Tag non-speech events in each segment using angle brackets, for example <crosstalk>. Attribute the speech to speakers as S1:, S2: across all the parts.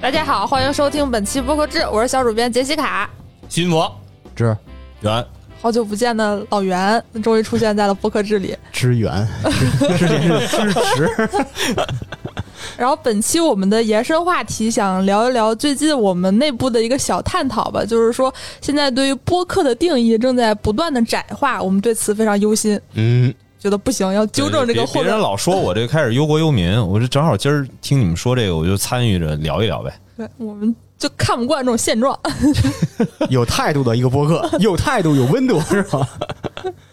S1: 大家好，欢迎收听本期播客志，我是小主编杰西卡。
S2: 新佛
S3: 支
S2: 元
S1: 好久不见的老袁，终于出现在了播客志里。
S3: 支援，之前是支持，
S1: 然后本期我们的延伸话题，想聊一聊最近我们内部的一个小探讨吧，就是说现在对于播客的定义正在不断的窄化，我们对此非常忧心，
S3: 嗯，
S1: 觉得不行，要纠正这个
S2: 别
S1: 混
S2: 别人
S1: 乱。
S2: 老说我这开始忧国忧民，我这正好今儿听你们说这个，我就参与着聊一聊呗。
S1: 对，我们就看不惯这种现状。
S3: 有态度的一个播 <laughs> 客，有态度有温度是吧？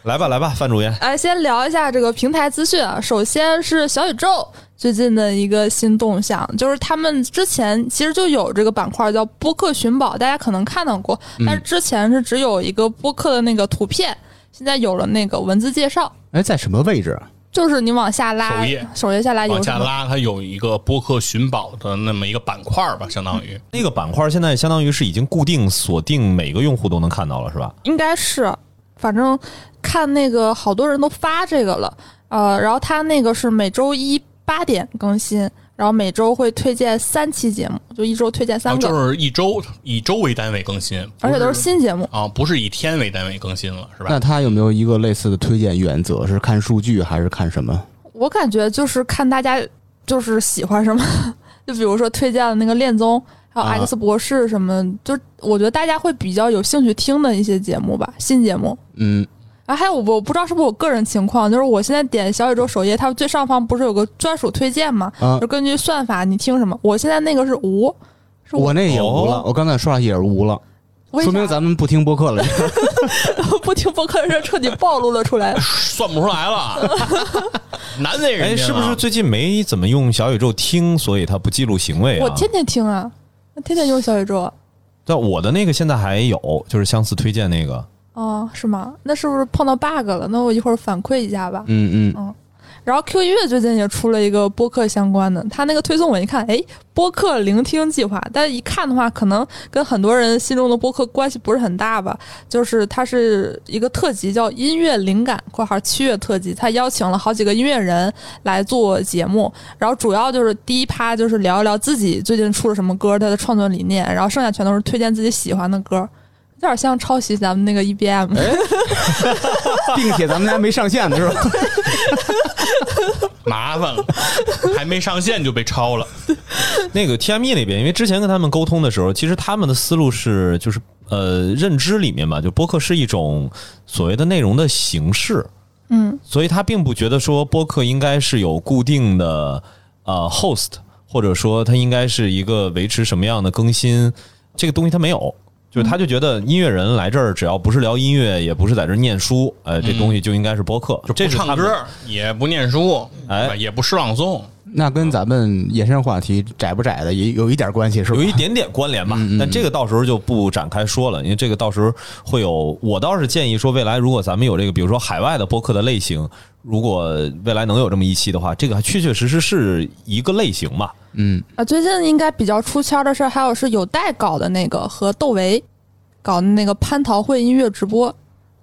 S2: 来吧，来吧，范主编，
S1: 哎，先聊一下这个平台资讯啊。首先是小宇宙最近的一个新动向，就是他们之前其实就有这个板块叫播客寻宝，大家可能看到过，
S4: 嗯
S1: 但是之前是只有一个播客的那个图片，现在有了那个文字介绍，
S3: 哎，在什么位置啊？
S1: 就是你往下拉，
S4: 首页
S1: 下哎拉有
S4: 往
S1: 什
S4: 下
S1: 么？
S4: 拉，它有一个播客寻宝的那么一个板块儿吧，相当
S1: 嗯
S4: 于。
S2: 那个板块现在相当于是已经固定锁定每个用户都能看到了，是吧？
S1: 应该是，反正看那个好多人都发这个了，呃，然后他那个是每周一八点更新，然后每周会推荐三期节目，就一周推荐
S4: 然
S1: 三
S4: 后
S1: 个。
S4: 哦就是一周以周为单位更新，
S1: 而且都是新节目。
S4: 啊，不是以天为单位更新了，是吧？
S3: 那他有没有一个类似的推荐原则？是看数据还是看什么？
S1: 我感觉就是看大家就是喜欢什么， <laughs> 就比如说推荐的那个恋综，还有
S3: 啊
S1: X 博士什么，就我觉得大家会比较有兴趣听的一些节目吧，新节目。
S3: 嗯，
S1: 然后还有我不知道是不是我个人情况，就是我现在点小宇宙首页，它最上方不是有个专属推荐吗？
S3: 啊
S1: 就根据算法你听什么。我现在那个是无，是
S3: 我那也无了，
S2: 哦
S3: 我刚才说了也是无了，
S1: 为
S3: 说
S1: 啥
S3: 明
S1: <laughs>
S3: 咱们不听播客 <laughs> 了。
S1: 不听播客的事儿彻底暴露了出来。
S4: 算不出来了，难为人
S2: 哎，
S4: 家
S2: 是
S4: 了
S2: 不是最近没怎么用小宇宙听，所以它不记录行为啊？
S1: 我天天听啊，我天天用小宇宙啊、
S2: 但我的那个现在还有，就是相似推荐那个，
S1: 哦是吗？那是不是碰到 bug 了？那我一会儿反馈一下吧。
S3: 嗯嗯，
S1: 然后 Q 音乐最近也出了一个播客相关的，他那个推送我一看，哎，播客聆听计划，但一看的话，可能跟很多人心中的播客关系不是很大吧。就是它是一个特辑，叫音乐灵感（括号七月特辑），他邀请了好几个音乐人来做节目，然后主要就是第一趴就是聊一聊自己最近出了什么歌，他的创作理念，然后剩下全都是推荐自己喜欢的歌，有点像抄袭咱们那个 EBM。
S3: 并且咱们还没上线呢，是吧？
S4: 麻烦了？还没上线就被抄了，
S2: <laughs> 那个 TME 那边，因为之前跟他们沟通的时候，其实他们的思路是，就是呃，认知里面吧，就播客是一种所谓的内容的形式，
S1: 嗯，
S2: 所以他并不觉得说播客应该是有固定的呃 host，或者说它应该是一个维持什么样的更新，这个东西他没有。就是他就觉得音乐人来这儿，只要不是聊音乐，也不是在这儿念书，呃，这东西就应该是播客，这
S4: 不
S2: 是
S4: 唱
S2: 他们
S4: 歌，也不念书，
S2: 哎
S4: 也不诗朗诵，
S3: <laughs> 那跟咱们延伸话题窄不窄的也有一点关系，是吧
S2: 有？一点点关联吧，但这个到时候就不展开说了，因为这个到时候会有。我倒是建议说，未来如果咱们有这个，比如说海外的播客的类型，如果未来能有这么一期的话，这个还确确实实是一个类型嘛。
S3: 嗯，
S1: 啊，最近应该比较出圈的事儿，还有是有代搞的那个和窦唯搞的那个蟠桃会音乐直播，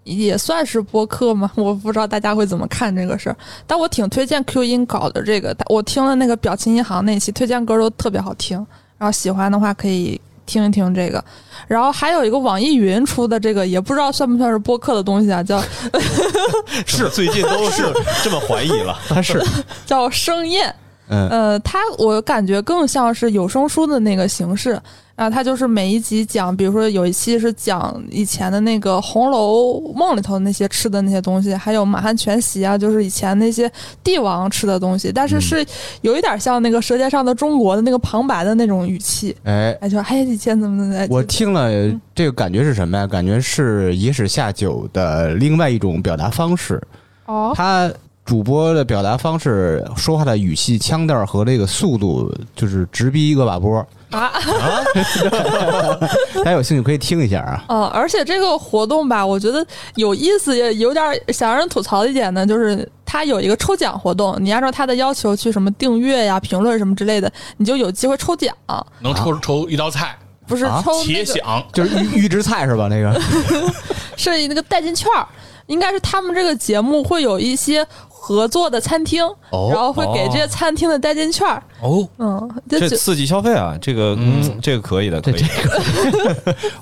S1: 也算是播客吗？ <laughs> 我不知道大家会怎么看这个事儿，但我挺推荐 Q 音搞的这个，我听了那个表情银行那期，推荐歌都特别好听，然后喜欢的话可以听一听这个。然后还有一个网易云出的这个，也不知道算不算是播客的东西啊，叫
S2: 是最近都是这么怀疑 <laughs> 了，
S3: 他是，
S1: 叫盛宴。
S3: <laughs> 嗯
S1: 呃，它我感觉更像是有声书的那个形式，然后它就是每一集讲，比如说有一期是讲以前的那个《红楼梦》里头那些吃的那些东西，还有满汉全席啊，就是以前那些帝王吃的东西，但
S3: 嗯
S1: 是是有一点像那个《舌尖上的中国》的那个旁白的那种语气，
S3: 哎，
S1: 哎，就说哎以前怎么怎么的，
S3: 我听了这个感觉是什么呀？感觉是野史下酒的另外一种表达方式。
S1: 哦，
S3: 他主播的表达方式、说话的语气、腔调和这个速度，就是直逼一个把波。
S1: 啊，
S3: 大家有兴趣可以听一下啊。
S1: 嗯，而且这个活动吧，我觉得有意思，也有点想让人吐槽的一点呢，就是它有一个抽奖活动，你按照它的要求去什么订阅呀、评论什么之类的，你就有机会抽奖。
S4: 能抽抽一道菜，
S1: 不是
S3: 啊
S1: 抽哦那个、
S4: 且想
S3: 就是 <laughs> 预预制菜是吧？那个
S1: 是那个代金券儿，应该是他们这个节目会有一些合作的餐厅，
S4: 哦
S1: 然后会给这些餐厅的代金券儿。
S4: 哦，
S1: 嗯，就
S2: 这
S1: 就
S2: 刺激消费啊，这个嗯，这个可以的，可以的。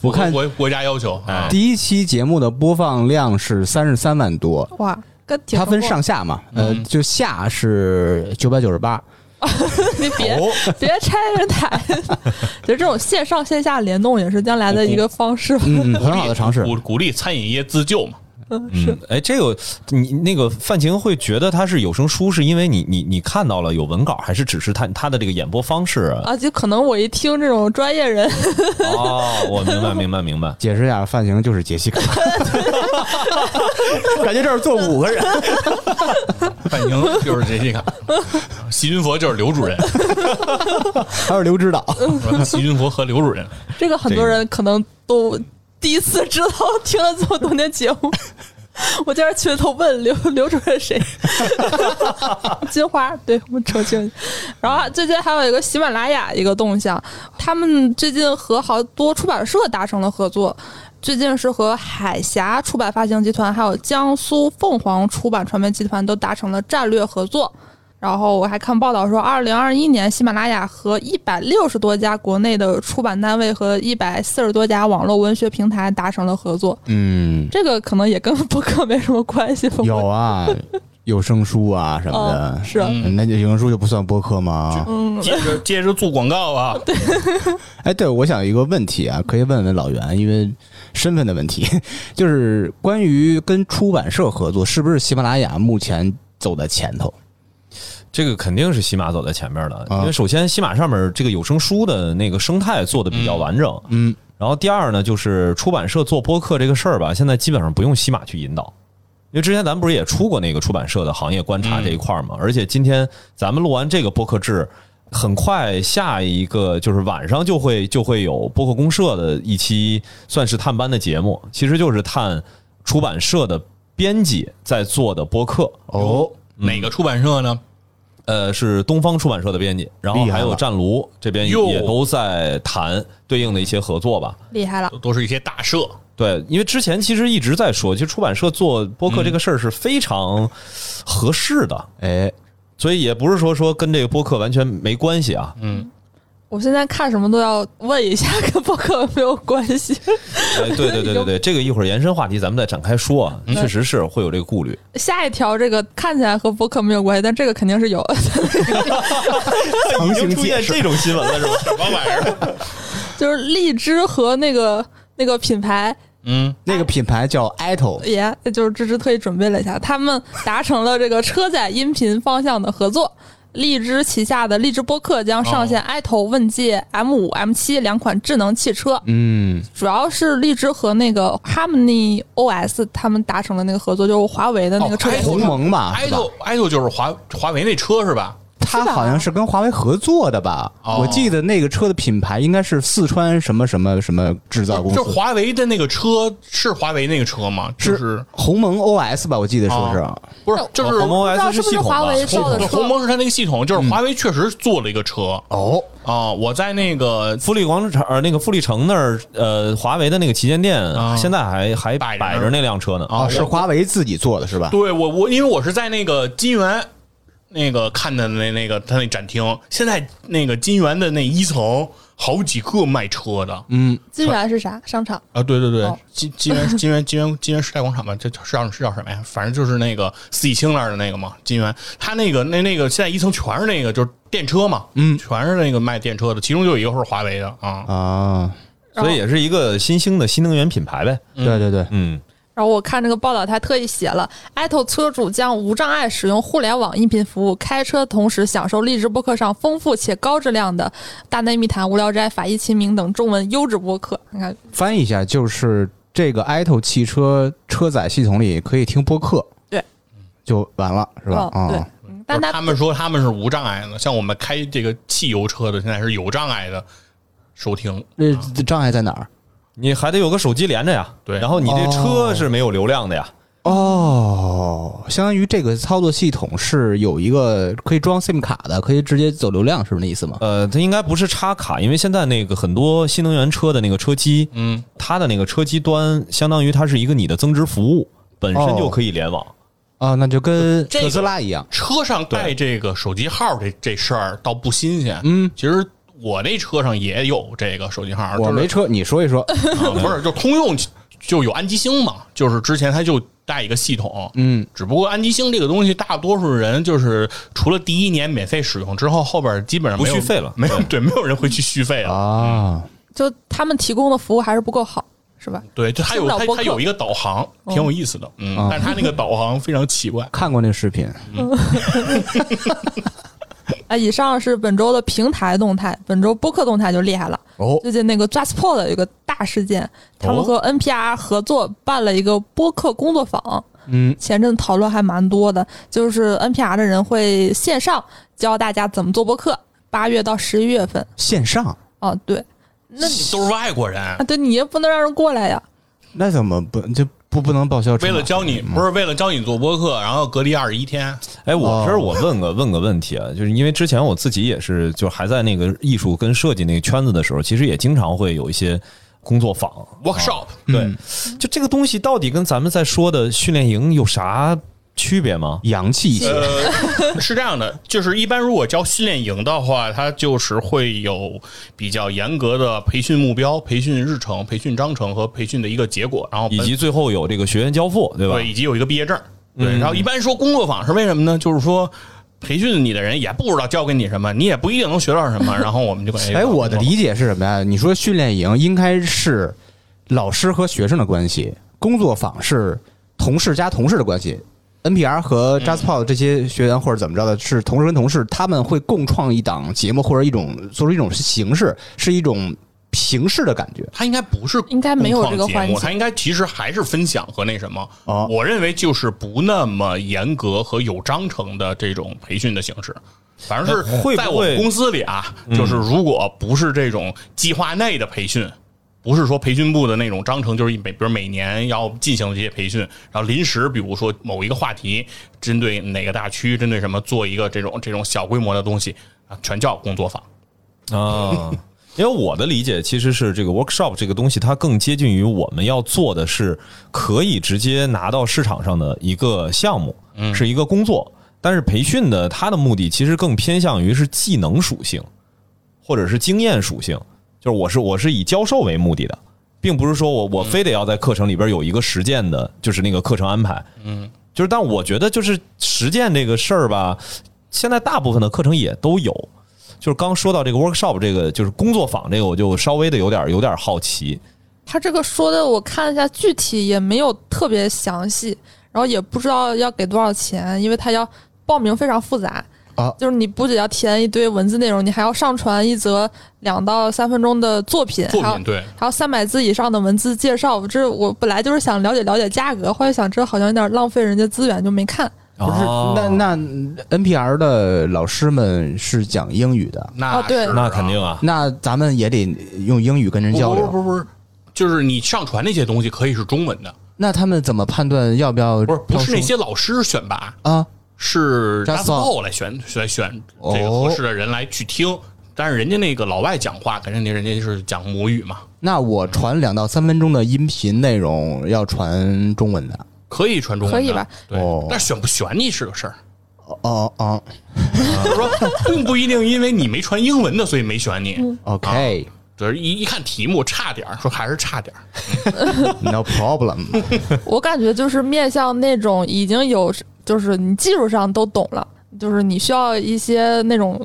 S3: 我看哎
S4: 国国家要求啊，
S3: 第一期节目的播放量是三十三万多，
S1: 哇，跟挺
S3: 它分
S1: 成
S3: 上下嘛，呃，就下是九百九十八，
S1: 功， <laughs> 你别、
S4: 哦
S1: 别拆人台， <laughs> 就这种线上线下联动也是将来
S4: 嗯
S1: 的一个方式吧。
S3: 嗯，很好的尝试。
S4: 鼓鼓励餐饮业自救嘛。
S2: 嗯，哎，这个你那个范晴会觉得它是有声书，是因为你你你看到了有文稿，还是只是它它的这个演播方式？
S1: 啊，就可能我一听这种专业人， <laughs>
S2: 哦，我明 <laughs> 白，明白，明白。
S3: 解释一下，范型就是杰 <laughs> 西卡，感觉这儿坐五个人。
S4: 范宁就是杰 <laughs> 西卡，细啊菌佛就是刘主任，
S3: 还有刘指导，
S4: 细菌佛和
S1: <laughs>
S4: 刘主任。
S1: 这个很多人可能都第一次知道， <laughs> 听了这么多年节目。 <laughs> 我今儿去头问刘刘主任谁？ <laughs> 金花，对我澄清。然后最近还有一个喜马拉雅一个动向，他们最近和好多出版社达成了合作。最近是和海峡出版发行集团，还有江苏凤凰出版传媒集团都达成了战略合作。然后我还看报道说，二零二一年喜马拉雅和一百六十多家国内的出版单位和一百四十多家网络文学平台达成了合作。
S3: 嗯，
S1: 这个可能也跟播客没什么关系吧？我
S3: 有啊，有声书啊什么的
S1: 哦，是
S3: 嗯那有声书就不算播客吗？
S1: 嗯
S4: 接着接着做广
S1: <laughs>
S4: 告啊，
S3: 哎，对，我想有一个问题啊，可以问问老袁，因为身份的问题， <laughs> 就是关于跟出版社合作，是不是喜马拉雅目前走在前头？
S2: 这个肯定是喜马走在前面的，
S3: 啊
S2: 因为首先喜马上面这个有声书的那个生态做的比较完整，
S3: 嗯，
S2: 然后第二呢，就是出版社做播客这个事儿吧，现在基本上不用喜马去引导，因为之前咱们不是也出过那个出版社的行业观察这一块儿嘛，
S3: 嗯
S2: 而且今天咱们录完这个播客制。很快，下一个就是晚上就会就会有播客公社的一期算是探班的节目，其实就是探出版社的编辑在做的播客。
S3: 哦，
S4: 哪个出版社呢？
S2: 呃，是东方出版社的编辑，然后
S3: 厉
S2: 还
S3: 害
S2: 有
S3: 了
S2: 战卢这边
S4: 哟
S2: 也都在谈对应的一些合作吧。
S1: 厉害了，
S4: 都都是一些大社，
S2: 对，因为之前其实一直在说，其实出版社做播客这个事儿是非常合适的，
S3: 哎，
S2: 所以也不是说说跟这个播客完全没关系啊。
S4: 嗯，
S1: 我现在看什么都要问一下，跟播客有没有关系。 <laughs>
S2: 哎，对对对对 <laughs> 对，这个一会儿延伸话题咱们再展开说啊，确实是会有这个顾 <laughs> 虑。
S1: 下一条这个看起来和播客没有关系，但这个肯定是有。
S3: 强行解释
S2: 这种新闻了是吧？ <laughs>
S4: 什么玩意儿？
S1: <laughs> 就是荔枝和那个那个品牌
S4: 嗯，
S3: 那个品牌叫 Ito，
S1: 也就是芝芝特意准备了一下，他们达成了这个车载音频方向的合作。荔枝旗下的荔枝播客将上线 i 头问界 M 五、M 七两款智能汽车，
S3: 嗯，
S1: 主要是荔枝和那个 Harmony OS 他们达成了那个合作，就是华为的那个车载
S4: 哦
S1: 系
S3: 鸿
S1: 统。
S3: 蒙吧，
S4: 爱
S3: 啊是吧
S4: 豆爱豆就是华华为那车是吧？
S3: 它
S1: 吧
S3: 好像是跟华为合作的吧？
S4: 哦
S3: 我记得那个车的品牌应该是四川什么什么什么制造公
S4: 就
S3: 司，
S4: 华为的那个车是华为那个车吗？就是
S3: 鸿蒙 OS 吧？我记得说是，
S4: 哦不是就
S2: 鸿蒙
S1: 不
S4: 是。
S1: 知道
S2: OS
S1: 是不
S2: 系
S1: 是
S2: 统
S1: 华
S2: 吧？
S1: 为造的
S4: 对，鸿
S1: 车？
S4: 蒙是它那个系统，就是华为确实做了一个车
S3: 嗯哦，
S4: 啊。我在那个
S2: 富力广场呃那个富力城那儿呃华为的那个旗舰店
S4: 啊
S2: 现在还还
S4: 摆着
S2: 摆着那辆车呢
S4: 啊
S3: 哦，是
S4: 我
S3: 华为自己做的是吧？
S4: 对我我因为我是在那个金源那个看的那那个他那展厅，现在那个金源的那一层好几个卖车的
S3: 嗯，
S1: 金源是啥商场？
S4: 啊，对对对
S1: 哦，
S4: 金金源金源金源金源时代广场吧，这这是叫是叫什么呀？反正就是那个四季青那儿的那个嘛，金源，他那个那那个现在一层全是那个就是电车嘛，嗯，全是那个卖电车的，其中就有一个是华为的啊，
S1: 哦
S3: 啊，
S2: 所以也是一个新兴的新能源品牌呗。
S3: 对对对，
S2: 嗯，
S1: 然后我看这个报道，他特意写了，Apple 车主将无障碍使用互联网音频服务，开车同时享受荔枝播客上丰富且高质量的《大内密谈》《无聊斋》《法医秦明》等中文优质播客。你看，
S3: 翻译一下，就是这个 Ito 汽车车载系统里可以听播客，
S1: 对，
S3: 就完了，是
S4: 哦
S3: 吧？
S1: 嗯，
S3: 啊、
S1: 对，嗯但
S4: 就是
S1: 他
S4: 他们说他们是无障碍的，像我们开这个汽油车的现在是有障碍的收听，
S3: 那障碍在哪儿？
S2: 你还得有个手机连着呀，
S4: 对
S2: 然后你这
S3: 哦
S2: 车是没有流量的呀，
S3: 哦，相当于这个操作系统是有一个可以装 SIM 卡的，可以直接走流量，是不是那意思吗？
S2: 呃，它应该不是插卡，因为现在那个很多新能源车的那个车机，
S4: 嗯，
S2: 它的那个车机端相当于它是一个你的增值服务，本身
S4: 哦
S2: 就可以联网。
S3: 啊，那就跟
S4: 这个
S3: 特斯拉一样。
S4: 车上带这个手机号这这事儿倒不新鲜。嗯，其实我那车上也有这个手机号，
S3: 我
S4: 就是
S3: 没车，你说
S4: <laughs>
S3: 一说。
S4: 啊，不是，就通用就有安吉星嘛，就是之前它就带一个系统，
S3: 嗯，
S4: 只不过安吉星这个东西，大多数人就是除了第一年免费使用之后，后边基本上没有
S2: 不续费了
S4: 没有对，没有人会去续费了。
S3: 啊，
S1: 就他们提供的服务还是不够好，是吧？
S4: 对，就它有
S1: 听不了
S4: 它
S1: 播客哦
S4: 它有一个导航，挺有意思的，嗯，
S3: 啊
S4: 但是它那个导航非常奇怪。
S3: 看过那视频。
S1: 啊，以上是本周的平台动态，本周播客动态就厉害了。
S3: 哦
S1: 最近那个 JustPod 有一个大事件，他们和 NPR 合作办了一个播客工作坊。
S3: 嗯，
S1: 前阵讨论还蛮多的，就是 NPR 的人会线上教大家怎么做播客，八月到十一月份。
S3: 线上
S1: 哦，对，那你
S4: <laughs> 都是外国人，
S1: 啊，对，你也不能让人过来呀。
S3: 那怎么不就不不能报销？
S4: 为了教你，
S3: 嗯
S4: 不是为了教你做播客，然后隔离二十一天，
S3: 哦
S2: 哎，
S4: 哦
S2: 我这儿我问个 <laughs> 问个问题啊，就是因为之前我自己也是，就还在那个艺术跟设计那个圈子的时候，其实也经常会有一些工作坊。
S4: workshop，
S3: 嗯
S2: 对，就这个东西到底跟咱们在说的训练营有啥区别吗？
S3: 洋气一些。
S4: 呃， <laughs> 是这样的，就是一般如果教训练营的话，它就是会有比较严格的培训目标、培训日程、培训章程和培训的一个结果，然后
S2: 以
S4: 本
S2: 及最后有这个学员交付，对吧？
S4: 对，以及有一个毕业证。对，然后一般说工作坊是为什么呢？就是说。培训你的人也不知道教给你什么，你也不一定能学到什么。然后我
S3: <laughs>
S4: 们就感觉，
S3: 哎，我的理解是什么呀？你说训练营应该是老师和学生的关系，工作坊是同事加同事的关系。NPR
S4: 嗯
S3: 和 JustPod 这些学员或者怎么着的，是同事跟同事，他们会共创一档节目或者一种做出一种形式，是一种形式的感觉。
S4: 他应该不是
S1: 应该没有这个
S4: 共创节
S1: 环
S4: 目，
S1: 节
S4: 他应该其实还是分享和那什么。
S3: 哦
S4: 我认为就是不那么严格和有章程的这种培训的形式。反正
S2: 哎
S4: 是
S2: 会不会
S4: 在我们公司里啊，就是如果不是这种计划内的培训，不是说培训部的那种章程，就是每比如每年要进行这些培训，然后临时比如说某一个话题，针对哪个大区，针对什么做一个这种这种小规模的东西啊，全叫工作坊。
S2: 啊， <laughs> 因为我的理解其实是这个 workshop 这个东西，它更接近于我们要做的是可以直接拿到市场上的一个项目，是一个工作。但是培训的它的目的其实更偏向于是技能属性，或者是经验属性，就是我是我是以教授为目的的，并不是说我我非得要在课程里边有一个实践的，就是那个课程安排。嗯，就是但我觉得就是实践这个事儿吧，现在大部分的课程也都有。就是刚说到这个 workshop 这个就是工作坊这个，我就稍微的有点有点好奇。
S1: 他这个说的，我看了一下，具体也没有特别详细，然后也不知道要给多少钱，因为他要报名非常复杂
S3: 啊
S1: 就是你不只要填一堆文字内容，你还要上传一则两到三分钟的作品，
S4: 作
S1: 还
S4: 品
S1: 有
S4: 对，
S1: 还有三百字以上的文字介绍。这我本来就是想了解了解价格，后来想这好像有点浪费人家资源，就没看。
S3: 不是，
S4: 哦
S2: 啊
S3: 那那 NPR 的老师们是讲英语的，
S4: 那
S1: 哦对
S4: 是
S2: 那肯定啊，
S3: 那咱们也得用英语跟人交
S4: 不
S3: 流。
S4: 不不不，就是你上传那些东西可以是中文的，
S3: 那他们怎么判断要不要
S4: 不是不
S3: 招
S4: 是那
S3: 生
S4: 些老师选拔，
S3: 啊？
S4: 是
S3: Just
S4: Just
S3: Talk
S4: Paul 来选来选这个合适的人来去听。但是人家那个老外讲话，肯定人家是讲母语嘛，
S3: 那我传两到三分钟的音频内容要传中文的。
S4: 可以传中文
S1: 可
S4: 的
S1: 以吧？
S4: 对，
S3: 哦
S4: 但选不选你是个事儿，
S3: 哦哦
S4: 就是说并不一定因为你没传英文的，所以没选你。
S1: 嗯
S3: ，OK，No
S4: 就是一一看题目差点儿，说还是差点儿。
S3: 啊 problem。 <laughs>
S1: <laughs> 我感觉就是面向那种已经有，就是你技术上都懂了，就是你需要一些那种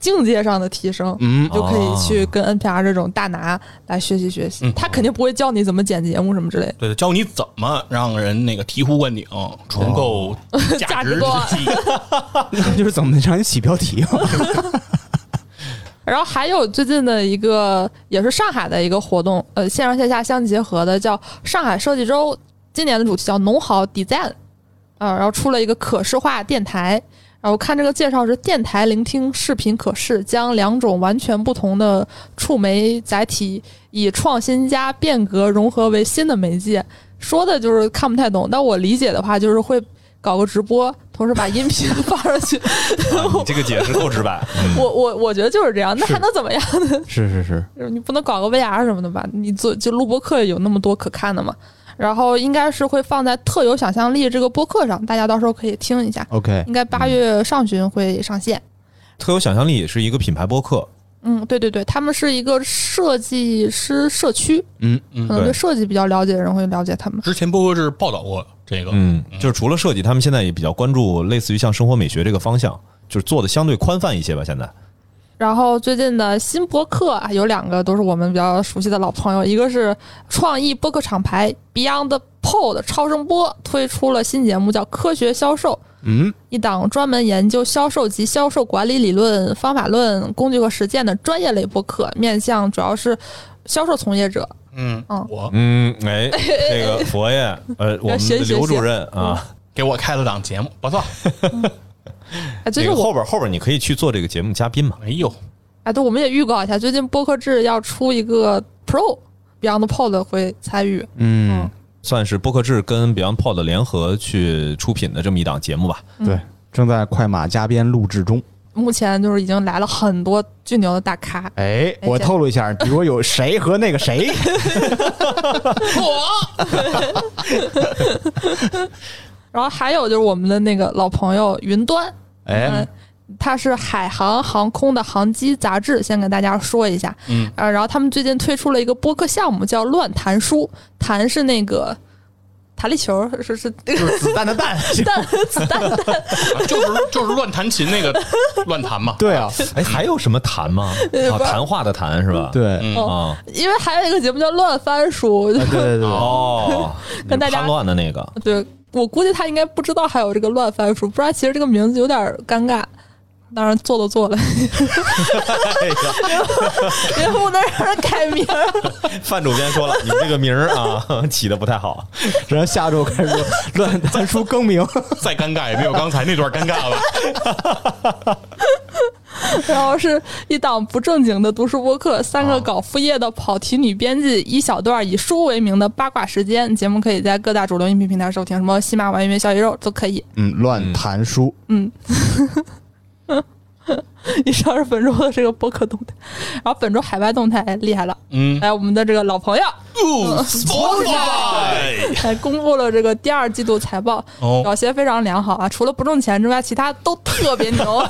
S1: 境界上的提升，
S3: 嗯
S1: 就可以去跟 NPR 这种大拿来学习学习。他肯定不会教你怎么剪节目什么之类的。
S4: 对，教你怎么让人那个醍醐灌顶，重构价
S1: 哦 <laughs> 价
S4: 值
S1: 值观
S4: 之际。
S3: 就是怎么让你起标题？啊
S1: 然后还有最近的一个也是上海的一个活动，呃，线上线下相结合的，叫上海设计啊周。今年的主题叫“农好 Design”，呃，然后出了一个可视化电台。然后看这个介绍是电台聆听视频可视，将两种完全不同的触媒载体以创新加变革融合为新的媒介。说的就是看不太懂，但我理解的话就是会搞个直播，同时把音频 <laughs> 放上去。
S2: 啊你这个解释够直白，
S1: 我我我觉得就是这样，那还能怎么样呢？
S3: <laughs> 是是是，
S1: 你不能搞个 VR 什么的吧？你做就录播课有那么多可看的嘛？然后应该是会放在特有想象力这个播客上，大家到时候可以听一下。
S3: OK，
S1: 应该八月上旬会上线。
S2: 特有想象力也是一个品牌播客，
S1: 嗯，对对对，他们是一个设计师社区，
S3: 嗯
S4: 嗯
S1: 可能
S2: 对
S1: 对设计比较了解的人会了解他们。
S4: 之前波哥是报道过这个，
S2: 嗯，就是除了设计，他们现在也比较关注类似于像生活美学这个方向，就是做的相对宽泛一些吧。现在
S1: 然后最近的新播客啊，有两个都是我们比较熟悉的老朋友，一个是创意播客厂牌 Beyond Pod 超声波推出了新节目，叫《科学销售》。
S3: 嗯，
S1: 一档专门研究销售及销售管理理论、方法论、工具和实践的专业类播客，面向主要是销售从业者。
S4: 嗯
S1: 嗯
S4: 我
S2: 嗯，哎，这个佛爷，呃，我们的刘主任啊，
S4: 给我开了档节目，不错，
S1: 哎，最
S2: 这
S1: 近
S2: 个
S1: 我
S2: 后边后边你可以去做这个节目嘉宾嘛。
S4: 哎呦，
S1: 哎，对，我们也预告一下，最近播客制要出一个 Pro Beyond Pod 会参与。
S3: 嗯，
S2: 算是播客制跟 Beyond Pod 联合去出品的这么一档节目吧。
S3: 对，正在快马加鞭录制中。
S1: 目前就是已经来了很多巨牛的大咖，
S3: 哎，我
S1: 这
S3: 透露一下，比如有谁和那个谁，
S1: 然后还有就是我们的那个老朋友云端，
S3: 哎
S1: 嗯，它是海航航空的航机杂志，先给大家说一下。
S4: 嗯，
S1: 呃，然后他们最近推出了一个播客项目，叫“乱弹书”，弹是那个弹力球，是是
S3: 就是子弹的弹，
S1: 弹子弹的弹，
S4: 啊就是就是乱弹琴那个乱弹嘛，
S3: 对啊，
S2: 哎，还有什么谈吗？
S1: 呃
S2: 啊，
S1: 不是
S2: 谈话的谈是吧？
S3: 对，啊
S4: 嗯，
S1: 哦
S2: 啊，
S1: 因为还有一个节目叫“乱翻书”，
S3: 对对对，
S2: <laughs> 哦，
S1: 跟大家
S2: 叛乱的那个，
S1: <laughs> 对我估计他应该不知道还有这个乱翻书，不然其实这个名字有点尴尬。当然做都做
S4: <laughs>
S1: 了， <laughs>
S4: 哎
S1: 也不能让人改名儿。
S2: 范主编说 <laughs> 了，你这个名儿啊 <laughs> 起的不太好。
S3: 然后下周开始说乱弹出更名，
S4: 再尴尬也没有刚才那段尴尬了。
S1: <laughs> 然后是一档不正经的读书播客，三
S4: 啊
S1: 个搞副业的跑题女编辑，一小段以书为名的八卦时间节目，可以在各大主流音频平台收听，什么喜马拉雅、音乐、小宇宙都可以。
S3: <laughs>
S1: <laughs>
S3: 嗯，乱弹书，
S1: 以上是本周的这个播客动态，然后本周海外动态厉害了，
S4: 嗯，
S1: 来我们的这个老朋友
S4: 哦 Spotify
S1: 来公布了这个第二季度财报，
S4: 哦
S1: 表现非常良好啊，除了不挣钱之外，其他都特别
S4: <laughs>
S1: 牛。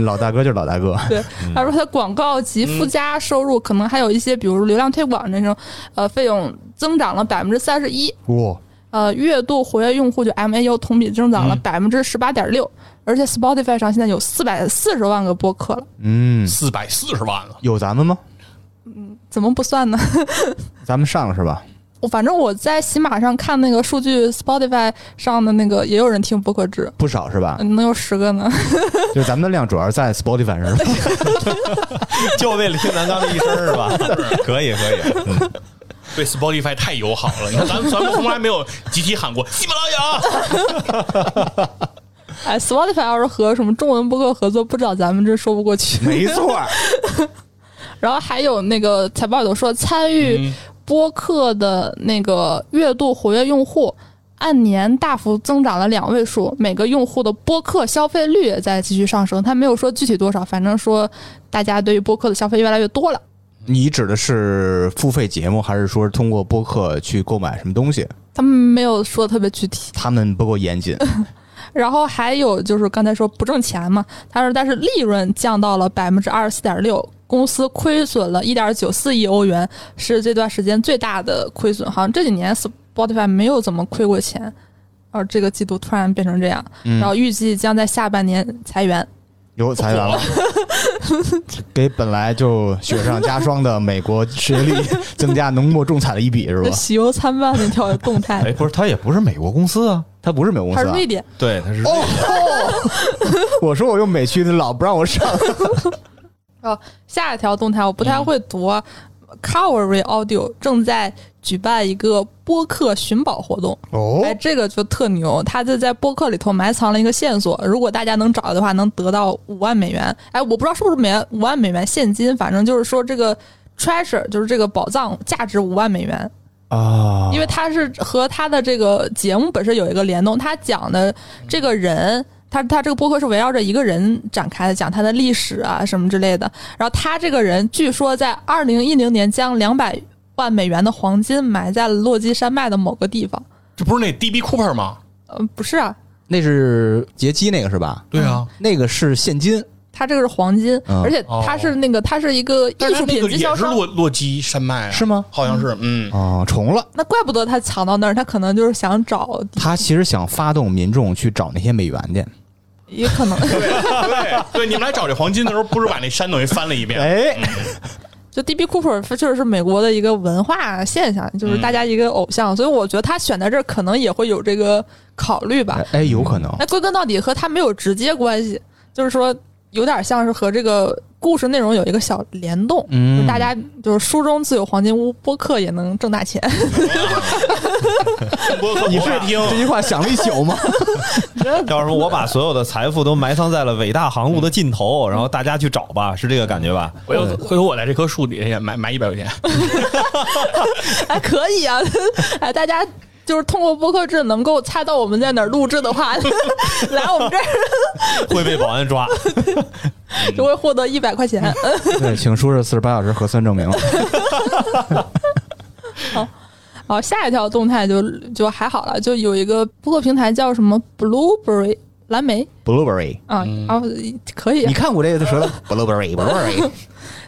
S3: 老大哥就是老大哥，
S1: 对，他说他广告及附
S4: 嗯
S1: 加收入可能还有一些，比如流量推广那种，呃，费用增长了百分之三十一，
S3: 哇，
S1: 呃，月度活跃用户就 MAU 同比增长了百分之十八点六，而且 Spotify 上现在有四百四十万个播客了，
S3: 嗯，
S4: 四百四十万了，
S3: 有咱们吗？
S1: 怎么不算呢？ <laughs>
S3: 咱们上了是吧？
S1: 我反正我在喜马上看那个数据，Spotify 上的那个也有人听播客制，
S3: 不少是吧？
S1: 嗯能有十个呢。 <laughs>
S3: 就是咱们的量主要是在 Spotify 上是吧？
S2: 就为了听咱刚的一声是 <laughs> 吧？可以可以，嗯
S4: 对 Spotify 太友好了。你看，咱咱们从来没有集体喊过喜马拉雅，
S1: 哎，Spotify 要是和什么中文播客合作，不找咱们这说不过去。
S3: 没错，
S1: 然后还有那个财报有说，参与播客的那个月度活跃用户按年大幅增长了两位数，每个用户的播客消费率也在继续上升。他没有说具体多少，反正说大家对于播客的消费越来越多了。
S3: 你指的是付费节目，还是说通过播客去购买什么东西？
S1: 他们没有说得特别具体，
S3: 他们不够严谨，
S1: 然后还有就是刚才说不挣钱嘛，他说但是利润降到了百分之二十四点六，公司亏损了一点九四亿欧元，是这段时间最大的亏损。好像这几年 Spotify 没有怎么亏过钱，而这个季度突然变成这样，
S3: 嗯
S1: 然后预计将在下半年裁员。
S3: 有裁员了，给本来就雪上加霜的美国失业率 <laughs> 增加浓墨重彩的一笔是吧
S1: 这？喜忧参半那条动态，
S3: <laughs>
S2: 哎，不是，他也不是美国公司啊，哦
S3: 他不是美国公
S1: 它
S3: 司、
S1: 是
S3: 啊，
S1: 瑞典。
S2: 对，他是
S3: 我说我用美区的老不让我上，嗯
S1: 哦，下一条动态我不太会读啊， Covery Audio 正在举办一个播客寻宝活动。
S3: 哦
S1: 哎，这个就特牛，他就在播客里头埋藏了一个线索，如果大家能找的话，能得到五万美元。哎，我不知道是不是美元五万美元现金，反正就是说这个 treasure 就是这个宝藏价值五万美元，
S3: 啊
S1: 因为他是和他的这个节目本身有一个联动，他讲的这个人。他他这个播客是围绕着一个人展开的，讲他的历史啊什么之类的。然后他这个人据说在二零一零年将两百万美元的黄金埋在了落基山脉的某个地方。
S4: 这不是那 DB Cooper 吗？
S1: 嗯、不是啊，
S3: 那是劫机那个是吧？
S4: 对啊，
S3: 那个是现金
S1: 它这个是黄金，
S3: 嗯
S1: 而且它是那个，它是一个
S4: 哦但
S1: 艺
S4: 是
S1: 术
S4: 它那
S1: 品
S4: 个
S1: 经销
S4: 也是
S1: 商。
S4: 洛洛基山脉啊，
S3: 是吗？
S4: 好像是，嗯，
S3: 哦，重了。
S1: 那怪不得他藏到那儿，他可能就是想找，
S3: 他其实想发动民众去找那些美元去。
S1: 也可能 <laughs>
S4: 对对，你们来找这黄金的时候，不是把那山等于翻了一遍？
S3: 哎，
S1: 就 D.B. Cooper 确实是美国的一个文化现象，就是大家一个偶像，所以我觉得他选在这儿可能也会有这个考虑吧。
S3: 哎，有可能。
S1: 那归根到底和他没有直接关系，就是说有点像是和这个故事内容有一个小联动。
S3: 嗯
S1: 就大家就是书中自有黄金屋，播客也能挣大钱。
S4: 播客
S3: 你
S4: 不
S3: 是
S4: 爱听，
S3: 这句话想了一宿吗？
S2: 要是我把所有的财富都埋藏在了伟大航路的尽头，然后大家去找吧，是这个感觉吧？
S4: 回头回头我在这棵树底下也买买一百块钱，
S1: <laughs> 哎，可以啊，哎，大家就是通过播客制能够猜到我们在哪儿录制的话， <laughs> 来我们这儿
S2: 会被保安抓。
S1: 就会获得一百块钱。
S3: <laughs>
S1: 嗯
S3: 对，请出示四十八小时核酸证
S1: <laughs>
S3: 明。
S1: 好，下一条动态就就还好了，就有一个播客平台叫什么 Blueberry 蓝莓
S3: Blueberry，
S1: 啊，啊，可以
S3: 你，看我这个舌头。Blueberry，Blueberry，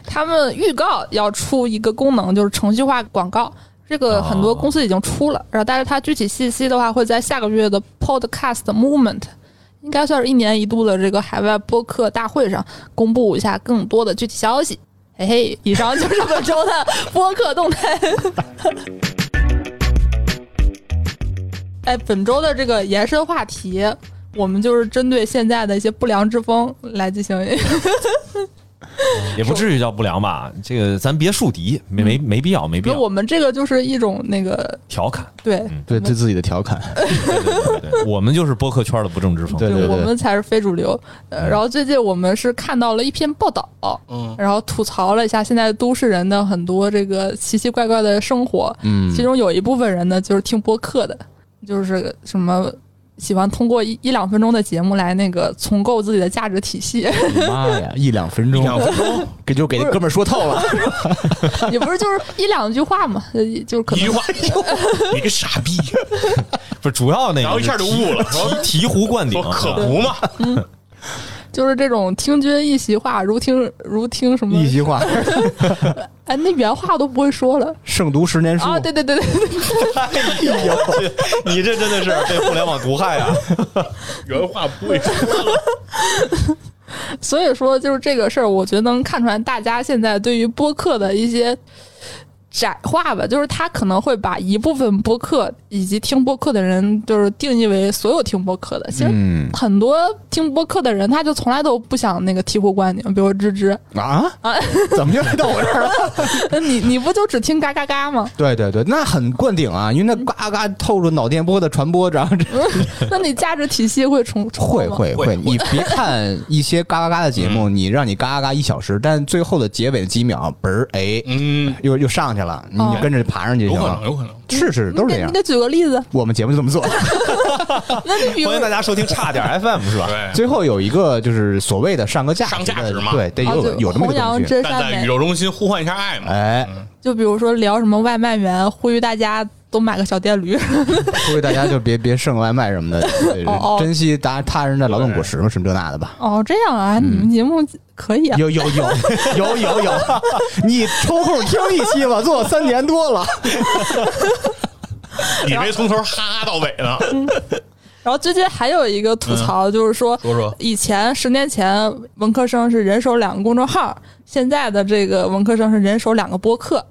S1: 他们预告要出一个功能，就是程序化广告。这个很多公司已经出了，然后但是它具体信息的话会在下个月的 Podcast Movement，应该算是一年一度的这个海外播客大会上公布一下更多的具体消息。嘿嘿，以上就是本周的播客动态。 <laughs> 哎，本周的这个延伸话题，我们就是针对现在的一些不良之风来进行。
S2: <laughs> 也不至于叫不良吧？这个咱别树敌，没没没必要，没必
S1: 那
S2: 要
S1: 我们这个就是一种那个
S2: 调侃。
S1: 对，
S3: 对对自己的调侃。
S2: 对对对对，我们就是播客圈的不正之风。
S3: 对对嗯
S1: 我们才是非主流。呃，然后最近我们是看到了一篇报道，
S4: 嗯，
S1: 然后吐槽了一下现在都市人的很多这个奇奇怪怪的生活。
S3: 嗯
S1: 其中有一部分人呢，就是听播客的，就是什么喜欢通过一一两分钟的节目来那个重构自己的价值体系。 <laughs>
S3: 妈呀，一两分
S4: 一
S3: 钟，
S4: 两分钟，
S3: 这就给哥们儿说透了。
S1: 也不是就是一两句话嘛，呃就是可
S4: 一
S1: 能
S4: 句话， <laughs> 你个傻逼，
S2: 不是主要那个，
S4: 然后一下就悟了，说
S2: 醍醐灌顶
S4: 说。可不嘛，
S1: 就是这种听君一席话，如听如听什么？
S3: <laughs> 一席 <laughs> 话，
S1: 哎，那原话都不会说了
S3: 胜读十年书。
S1: 啊！对对对对。
S2: 哎呦，你这 <laughs> 真的是被互联网毒害啊！
S4: 原话不会说了，
S1: 所以说，就是这个事儿，我觉得能看出来大家现在对于播客的一些窄化吧，就是他可能会把一部分播客以及听播客的人，就是定义为所有听播客的。其实
S3: 嗯
S1: 很多听播客的人，他就从来都不想那个醍醐灌顶，比如芝芝，
S3: 啊怎么就来到我这儿了？
S1: 那你你不就只听嘎嘎嘎吗？<laughs>
S3: <laughs> 对对对，那很灌顶啊，因为那嘎嘎透着脑电波的传播，然后这
S1: 那你价值体系会重重
S3: 会
S1: 吗？
S3: 会嗯
S4: 会
S3: 会，你别看一些嘎嘎嘎的节目，你让你嘎嘎嘎一小时，但最后的结尾几秒，嘣儿，哎，
S4: <laughs> 嗯，
S3: 又又上去了，你
S1: 哦
S3: 就跟着爬上去就
S4: 有
S3: 行
S4: 可能，
S3: 了。
S4: 有可能，
S3: 是是，都是
S1: 你
S3: 这
S1: 给
S3: 样
S1: 你。给举个例子，
S3: 我们节目就这么
S4: <laughs>
S3: 做。
S1: 那你比如
S2: 欢迎大家收听差点 FM 是吧？
S4: 对，
S3: 最后有一家就是所谓的上个价值的
S4: 上价值嘛
S3: 对，得
S1: 啊，
S3: 有
S1: 就
S3: 有这么
S1: 弘
S3: 一个
S1: 扬
S3: 东西。
S1: 真
S4: 但
S1: 善
S4: 在
S1: 美
S4: 宇，宙中心呼唤一下爱嘛，
S3: 哎，
S1: <laughs> 就比如说聊什么外卖员，呼吁大家都买个小电驴。
S3: 呼吁大家就别别剩外卖什么的，对
S1: 哦哦
S3: 珍惜达他人的劳动果实嘛，什么这那的吧。
S1: 哦，这样啊，你们节目可以啊。
S3: 有有
S1: <laughs>
S3: 有有有 <laughs> 有，你抽空听一期吧，做三年多
S4: <laughs>
S3: 了。
S4: 你别从头哈到尾呢，
S1: 然后最近还有一个吐槽，就是说，
S4: 说说
S1: 以前十年前文科生是人手两个公众号，现在的这个文科生是人手两个播客。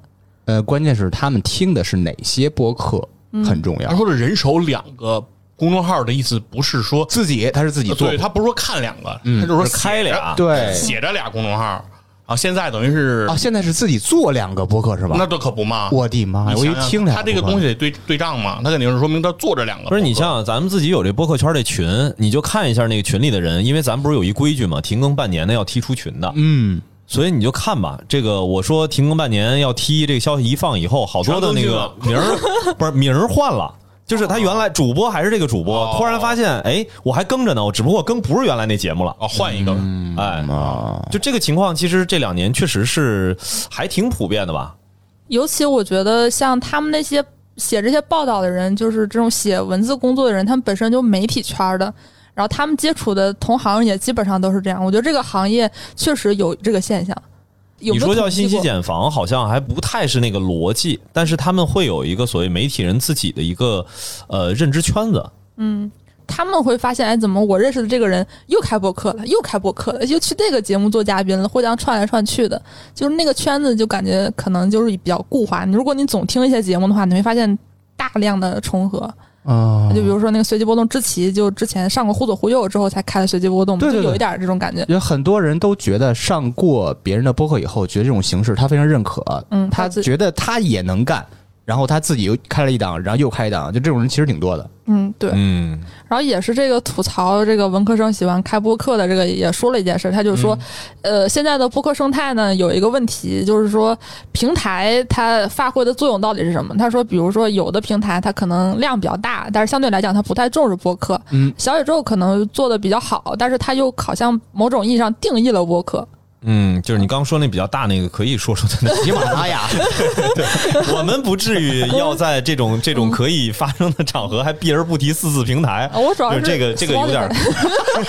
S3: 呃，关键是他们听的是哪些播客
S1: 嗯
S3: 很重要
S4: 他。说的人手两个公众号的意思不是说，
S3: 自己他是自己做
S4: 对
S3: 过，
S4: 嗯他不是说看两个，他就是说
S2: 是开俩
S4: 写着
S3: 对
S4: 写着俩公众号。啊，现在等于是
S3: 啊，现在是自己做两个播客是吧？
S4: 那这可不嘛，
S3: 我的妈！呀！
S4: 你
S3: 我一
S4: 想想
S3: 听
S4: 他这个东
S3: 西，
S4: 西得对对账嘛，他肯定是说明他做着两个。
S2: 不是你，像咱们自己有这播客圈这群，你就看一下那个群里的人，因为咱们不是有一规矩嘛，停更半年的要踢出群的，
S3: 嗯，
S2: 所以你就看吧。这个我说停更半年要踢，这个消息一放以后，好多的那个名儿不是名儿换了。就是他原来主播还是这个主播
S4: 哦，
S2: 突然发现，哎，我还更着呢，我只不过更不是原来那节目了，
S4: 啊，换一个，
S2: 哎，
S3: 啊，
S2: 就这个情况，其实这两年确实是还挺普遍的吧。
S1: 尤其我觉得像他们那些写这些报道的人，就是这种写文字工作的人，他们本身就媒体圈儿的，然后他们接触的同行也基本上都是这样。我觉得这个行业确实有这个现象。有
S2: 你
S1: 没有
S2: 说叫
S1: 统计
S2: 信息
S1: 过
S2: 茧房，好像还不太是那个逻辑，但是他们会有一个所谓媒体人自己的一个呃认知圈子。
S1: 他们会发现，哎，怎么我认识的这个人又开播客了，
S3: 嗯
S1: 又开播客了，又去那个节目做嘉宾了，互相串来串去的，就是那个圈子就感觉可能就是比较固化。你如果你总听一些节目的话，你会发现大量的重合。
S3: 啊，
S1: 就比如说那个随机波动之奇，就之前上过忽左忽右之后才开的随机波动，
S3: 对对
S1: 就有
S3: 对
S1: 一点这种感觉。
S3: 有很多人都觉得上过别人的播客以后，觉得这种形式他非常认可，
S1: 嗯
S3: 他
S1: 他自
S3: 觉得他也能干，然后他自己又开了一档，然后又开一档，就这种人其实挺多的。
S1: 嗯，对。
S2: 嗯，
S1: 然后也是这个吐槽这个文科生喜欢开播客的这个也说了一件事，他就说，
S2: 嗯
S1: 呃，现在的播客生态呢有一个问题，就是说平台它发挥的作用到底是什么？他说，比如说有的平台它可能量比较大，但是相对来讲它不太重视播客，
S3: 嗯，
S1: 小宇宙可能做的比较好，但是它又好像某种意义上定义了播客，
S2: 嗯，就是你刚说那比较大那个，可以说说的
S3: 喜马拉 <laughs> 雅，
S2: <laughs> 那，我们不至于要在这 <laughs> 种这种可以发生的场合还避而不提四字平台
S1: 啊。我主要
S2: 就是
S1: 是
S2: 嗯这个这个有点儿
S1: Spotify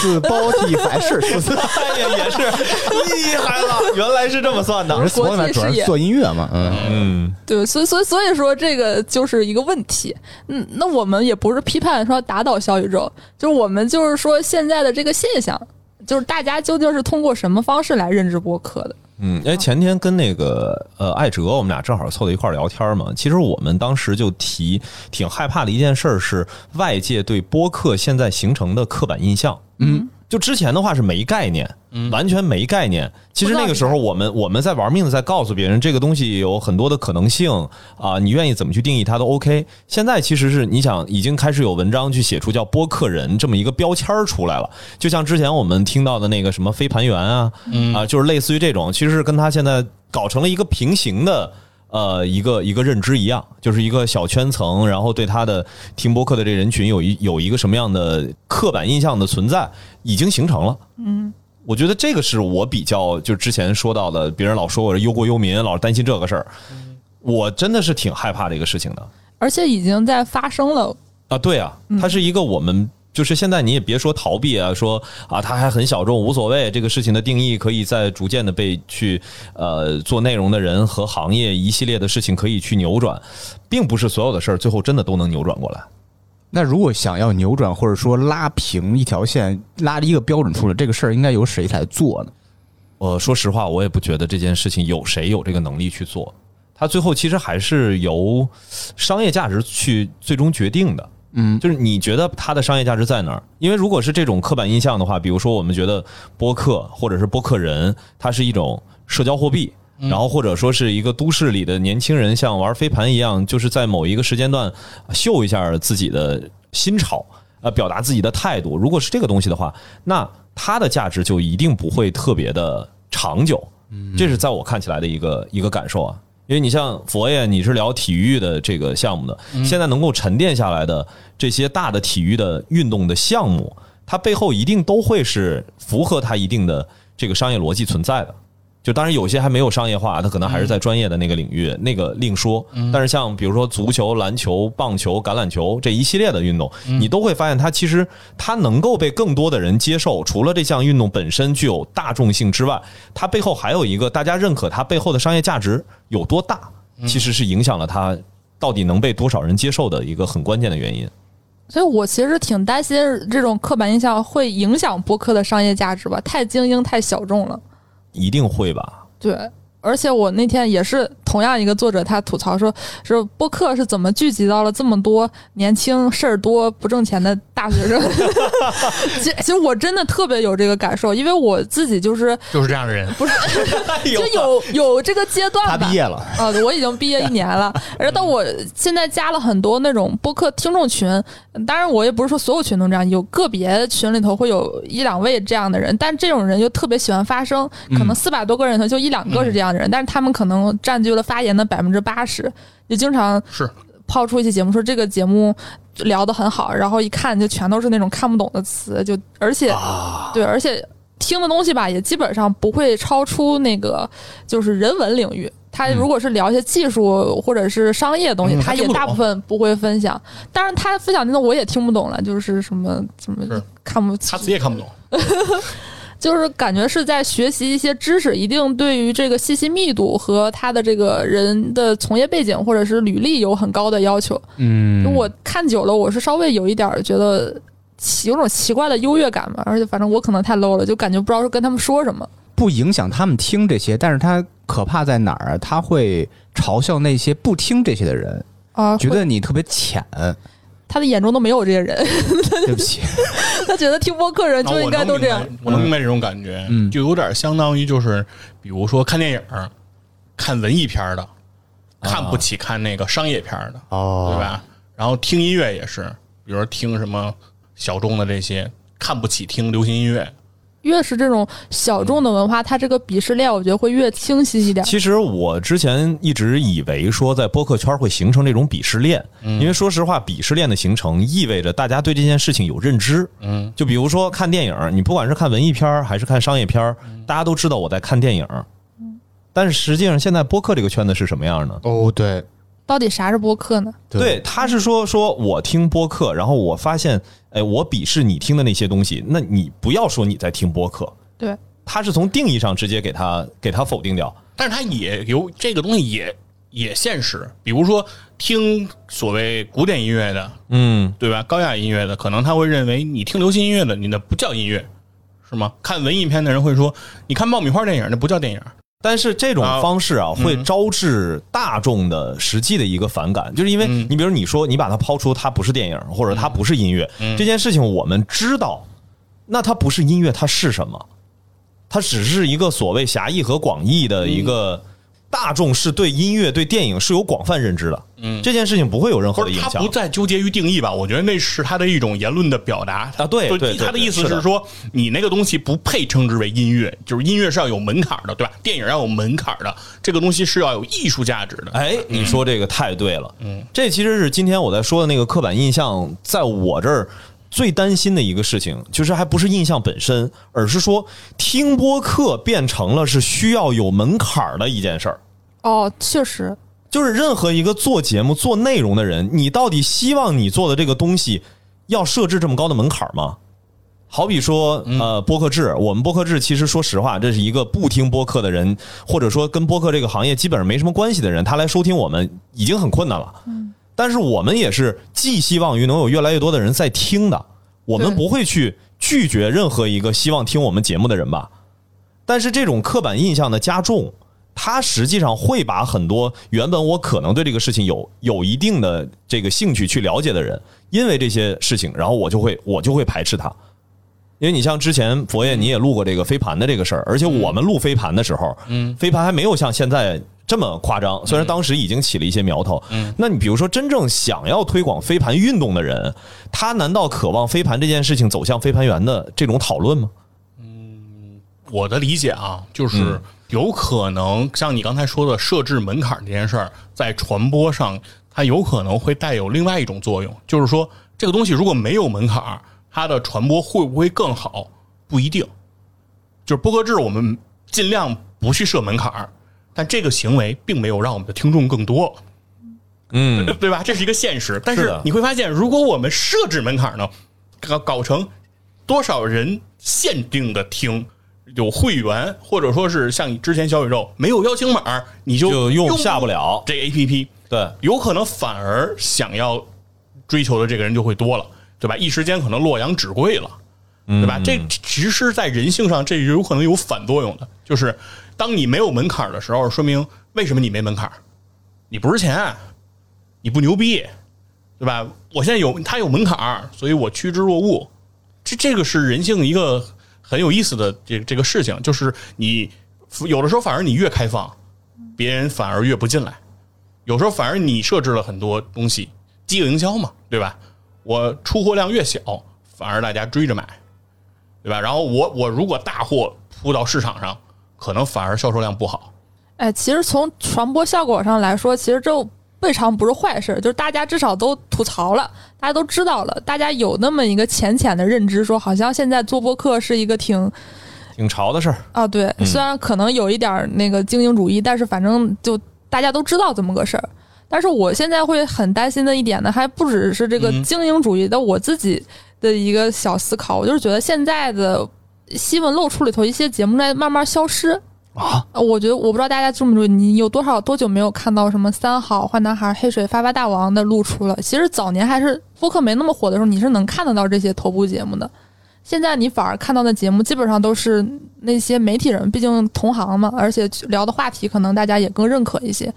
S3: 四包地还是 <laughs> 四，
S2: 哎呀， <laughs> 也是
S1: <laughs>
S2: 厉害了，原来是这么算的。
S3: 人 Spotify 主要是做音乐嘛，嗯，
S2: 嗯，
S1: 对，所以所以所以说这个就是一个问题。嗯，那我们也不是批判说打倒小宇宙，就是我们就是说现在的这个现象，就是大家究竟是通过什么方式来认知播客的？
S2: 嗯，哎，前天跟那个呃艾哲，我们俩正好凑在一块儿聊天嘛。其实我们当时就提挺害怕的一件事儿是外界对播客现在形成的刻板印象。
S3: 嗯，
S2: 就之前的话是没概念，完全没概念。其实那个时候我们我们在玩命的在告诉别人这个东西有很多的可能性啊、你愿意怎么去定义它都 OK。现在其实是你想已经开始有文章去写出叫播客人这么一个标签儿出来了，就像之前我们听到的那个什么飞盘员啊，啊，就是类似于这种，其实是跟他现在搞成了一个平行的。呃，一个一个认知一样，就是一个小圈层，然后对他的听播客的这人群有一有一个什么样的刻板印象的存在，已经形成了。嗯，我觉得这个是我比较就之前说到的，别人老说我是忧国忧民，老是担心这个事儿，我真的是挺害怕这个事情的。
S1: 而且已经在发生了。
S2: 啊，对啊，它是一个我们。就是现在，你也别说逃避啊，说啊，它还很小众，无所谓。这个事情的定义可以在逐渐的被去呃做内容的人和行业一系列的事情可以去扭转，并不是所有的事儿最后真的都能扭转过来。
S3: 那如果想要扭转或者说拉平一条线，拉一个标准出来，这个事儿应该由谁来做呢？
S2: 呃，说实话，我也不觉得这件事情有谁有这个能力去做，它最后其实还是由商业价值去最终决定的。嗯，就是你觉得它的商业价值在哪儿？因为如果是这种刻板印象的话，比如说我们觉得播客或者是播客人，它是一种社交货币。然后或者说是一个都市里的年轻人，像玩飞盘一样，就是在某一个时间段秀一下自己的新潮，呃，表达自己的态度。如果是这个东西的话，那它的价值就一定不会特别的长久。这是在我看起来的一个一个感受啊。因为你像佛爷，你是聊体育的这个项目的，现在能够沉淀下来的这些大的体育的运动的项目，它背后一定都会是符合它一定的这个商业逻辑存在的。就当然有些还没有商业化，它可能还
S3: 嗯
S2: 是在专业的那个领域，那个另说。但是像比如说足球、篮球、棒球、橄榄球这一系列的运动，
S3: 嗯
S2: 你都会发现它其实它能够被更多的人接受。除了这项运动本身具有大众性之外，它背后还有一个大家认可它背后的商业价值有多大，
S3: 嗯
S2: 其实是影响了它到底能被多少人接受的一个很关键的原因。
S1: 所以我其实挺担心这种刻板印象会影响播客的商业价值吧，太精英、太小众了。
S2: 一定会吧？
S1: 对，而且我那天也是同样一个作者，他吐槽说，说播客是怎么聚集到了这么多年轻、事儿多、不挣钱的大学生？ <laughs> 其实其实我真的特别有这个感受，因为我自己就是
S4: 就是这样的人，
S1: 不是
S2: 有
S1: 就有有这个阶段吧。
S3: 他毕业了，
S1: 啊、我已经毕业一年了，然后但我现在加了很多那种播客听众群，当然我也不是说所有群都这样，有个别群里头会有一两位这样的人，但这种人就特别喜欢发声，可能四百多个人里头就一两个是这样的人，但是他们可能占据了发言的百分之八十，也经常
S4: 是
S1: 抛出一期节目说这个节目聊得很好，然后一看就全都是那种看不懂的词，就而且、
S4: 啊
S1: 对，而且听的东西吧也基本上不会超出那个就是人文领域。他如果是聊一些技术或者是商业的东西，
S4: 嗯
S1: 他
S4: 他
S1: 也
S4: 听不懂
S1: 大部分不会分享。当然，他分享那种我也听不懂了，就是什么什么
S4: 是
S1: 看不，
S4: 他自己也看不懂。
S1: 就是感觉是在学习一些知识，一定对于这个信息密度和他的这个人的从业背景或者是履历有很高的要求。
S3: 嗯
S1: 就我看久了，我是稍微有一点儿觉得奇有种奇怪的优越感吧，而且反正我可能太 low 了，就感觉不知道跟他们说什么。
S3: 不影响他们听这些，但是他可怕在哪儿啊？他会嘲笑那些不听这些的人，
S1: 啊，
S3: 觉
S1: 会
S3: 得你特别浅。
S1: 他的眼中都没有这些人， <laughs>
S3: 对不起，
S1: 他觉得听播客人
S4: 然后
S1: 哎就
S4: 我
S1: 应该
S4: 能
S1: 都这
S4: 明
S1: 样
S4: 白。，哦我能明白这种感觉，
S3: 嗯
S4: 就有点相当于就是，比如说看电影儿，看文艺片儿的，
S3: 啊
S4: 看不起看那个商业片儿的，
S3: 哦
S4: 对吧？然后听音乐也是，比如说听什么小众的这些，看不起听流行音乐，
S1: 越是这种小众的文化，他这个鄙视链我觉得会越清晰一点。
S2: 其实我之前一直以为说，在播客圈会形成这种鄙视链，因为说实话，鄙视链的形成意味着大家对这件事情有认知。
S4: 嗯，
S2: 就比如说看电影，你不管是看文艺片儿还是看商业片儿，大家都知道我在看电影。但是实际上，现在播客这个圈子是什么样呢？
S3: 哦，对
S1: 到底啥是播客呢？
S2: 对，他是说说我听播客，然后我发现，哎，我鄙视你听的那些东西，那你不要说你在听播客，
S1: 对，
S2: 他是从定义上直接给他给他否定掉。
S4: 但是它也有这个东西也也现实，比如说听所谓古典音乐的，
S2: 嗯，
S4: 对吧？高雅音乐的，可能他会认为你听流行音乐的，你那不叫音乐，是吗？看文艺片的人会说，你看爆米花电影，那不叫电影。
S2: 但是这种
S4: 啊
S2: 方式啊，
S4: 嗯
S2: 会招致大众的实际的一个反感，就是因为
S4: 嗯
S2: 你比如你说你把它抛出，它不是电影或者它不是音乐
S4: 嗯
S2: 这件事情，我们知道，那它不是音乐，它是什么？它只是一个所谓狭义和广义的一
S4: 嗯
S2: 个大众是对音乐、对电影是有广泛认知的，
S4: 嗯
S2: 这件事情不会有任何
S4: 不
S2: 的
S4: 是
S2: 影
S4: 他
S2: 响
S4: 不。再纠结于定义吧？我觉得那是他的一种言论的表达
S2: 啊对
S4: 就
S2: 对对
S4: 他的
S2: 对
S4: 意思
S2: 是的
S4: 是说，你那个东西不配称之为音乐，就是音乐是要有门槛的，对吧？电影要有门槛的，这个东西是要有艺术价值的。
S2: 哎，你说这个太对了，
S4: 嗯，
S2: 这其实是今天我在说的那个刻板印象，在我这儿最担心的一个事情，就是还不是印象本身，而是说听播客变成了是需要有门槛儿的一件事儿。
S1: 哦，确实，
S2: 就是任何一个做节目、做内容的人，你到底希望你做的这个东西要设置这么高的门槛儿吗？好比说，呃，播客制，我们播客制其实说实话，这是一个不听播客的人，或者说跟播客这个行业基本上没什么关系的人，他来收听我们已经很困难了。嗯，但是我们也是寄希望于能有越来越多的人在听的，我们
S1: 对
S2: 不会去拒绝任何一个希望听我们节目的人吧？但是这种刻板印象的加重，它实际上会把很多原本我可能对这个事情有有一定的这个兴趣去了解的人，因为这些事情，然后我就会我就会排斥它。因为你像之前佛爷你也录过这个飞盘的这个事儿，而且我们录飞盘的时候，嗯，飞盘还没有像现在这么夸张，虽然当时已经起了一些苗头，嗯，那你比如说真正想要推广飞盘运动的人，他难道渴望飞盘这件事情走向飞盘员的这种讨论吗？
S4: 我的理解啊，就是有可能像你刚才说的设置门槛这件事儿，在传播上，它有可能会带有另外一种作用，就是说这个东西如果没有门槛儿，它的传播会不会更好？不一定。就是播客制，我们尽量不去设门槛儿，但这个行为并没有让我们的听众更多，
S2: 嗯，
S4: 对吧？这是一个现实。但
S2: 是
S4: 是
S2: 的
S4: 你会发现，如果我们设置门槛呢，搞搞成多少人限定的听，有会员或者说是像你之前小宇宙没有邀请码，你就
S2: 就用
S4: 用
S2: 下不了
S4: 这 A P P，
S2: 对，
S4: 有可能反而想要追求的这个人就会多了，对吧？一时间可能洛阳纸贵了。对吧？这其实，在人性上，这是有可能有反作用的，就是当你没有门槛的时候，说明为什么你没门槛？你不值钱，你不牛逼，对吧？我现在有他有门槛，所以我趋之若鹜。这这个是人性一个很有意思的这这个事情，就是你有的时候反而你越开放，别人反而越不进来；有时候反而你设置了很多东西，饥饿营销嘛，对吧？我出货量越小，反而大家追着买，对吧？然后我我如果大货铺到市场上，可能反而销售量不好。
S1: 哎，其实从传播效果上来说，其实这未尝不是坏事，就是大家至少都吐槽了，大家都知道了，大家有那么一个浅浅的认知，说好像现在做播客是一个挺
S2: 挺潮的事儿。
S1: 啊，对，虽然可能有一点儿那个精英主义，但是反正就大家都知道这么个事儿。但是我现在会很担心的一点呢，还不只是这个
S4: 嗯
S1: 精英主义的我自己的一个小思考，我就是觉得现在的新闻露出里头一些节目在慢慢消失。
S3: 啊，
S1: 呃我觉得我不知道大家注没注意，你有多少多久没有看到什么三好、坏男孩、黑水、发发大王的露出了？其实早年还是播客没那么火的时候，你是能看得到这些头部节目的。现在你反而看到的节目基本上都是那些媒体人，毕竟同行嘛，而且聊的话题可能大家也更认可一些。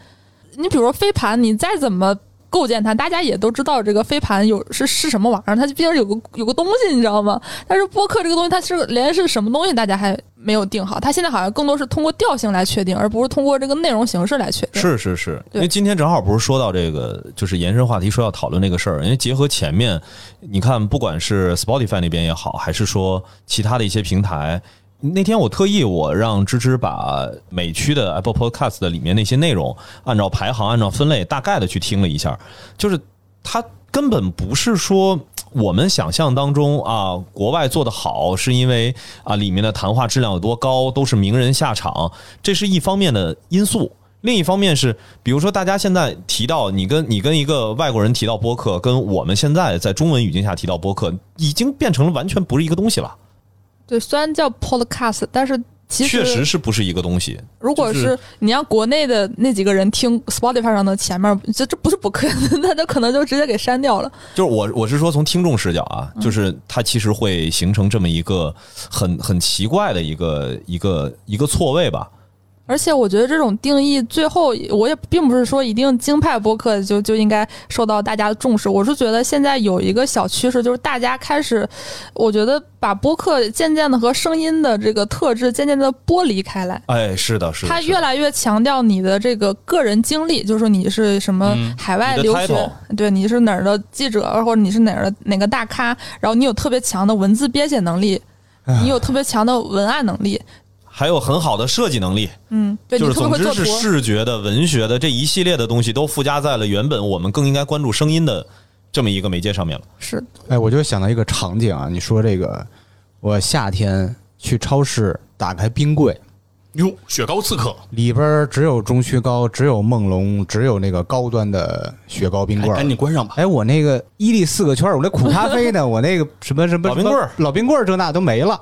S1: 你比如说飞盘，你再怎么构建它，大家也都知道这个飞盘有是是什么玩意儿，它毕竟是有个有个东西，你知道吗？但是播客这个东西，它是连是什么东西大家还没有定好，它现在好像更多是通过调性来确定，而不是通过这个内容形式来确定。
S2: 是是是，
S1: 对
S2: 因为今天正好不是说到这个，就是延伸话题说要讨论这个事儿，因为结合前面，你看不管是 Spotify 那边也好，还是说其他的一些平台，那天我特意我让芝芝把美区的 Apple Podcast 的里面那些内容，按照排行、按照分类大概的去听了一下，就是它根本不是说我们想象当中啊，国外做的好是因为啊里面的谈话质量有多高，都是名人下场，这是一方面的因素。另一方面是，比如说大家现在提到你跟你跟一个外国人提到播客，跟我们现在在中文语境下提到播客，已经变成了完全不是一个东西了。
S1: 对，虽然叫 podcast，但是其实
S2: 确实是不是一个东西？
S1: 如果
S2: 就是
S1: 是你让国内的那几个人听 Spotify 上的前面，这这不是不可以，那就可能就直接给删掉了。
S2: 就是我我是说从听众视角啊，就是它其实会形成这么一个很很奇怪的一个一个一个错位吧。
S1: 而且我觉得这种定义，最后我也并不是说一定京派播客就就应该受到大家的重视。我是觉得现在有一个小趋势，就是大家开始，我觉得把播客渐渐的和声音的这个特质渐渐的剥离开来。
S2: 哎，是的，是的，
S1: 它
S2: 是的
S1: 越来越强调你的这个个人经历，就是说你是什么
S4: 嗯
S1: 海外
S2: 你的
S1: 留学，
S2: title
S1: 对，你是哪儿的记者，或者你是哪儿的哪个大咖，然后你有特别强的文字编写能力，你有特别强的文案能力，
S2: 还有很好的设计能力，
S1: 嗯，对
S2: 就
S1: 你
S2: 是
S1: 特别会
S2: 总之
S1: 做
S2: 是
S1: 图。
S2: 视觉的、文学的这一系列的东西都附加在了原本我们更应该关注声音的这么一个媒介上面了。
S1: 是
S3: 哎，我就想到一个场景啊，你说这个，我夏天去超市打开冰柜，
S4: 哟，雪糕刺客，
S3: 里边儿只有钟薛高，只有梦龙，只有那个高端的雪糕冰
S4: 哎
S3: 棍儿
S4: 赶。紧关上吧。
S3: 哎，我那个伊利四个圈儿，我那苦咖啡呢，我那个什么什么
S2: 老冰棍儿、
S3: 老冰棍儿这那都没了，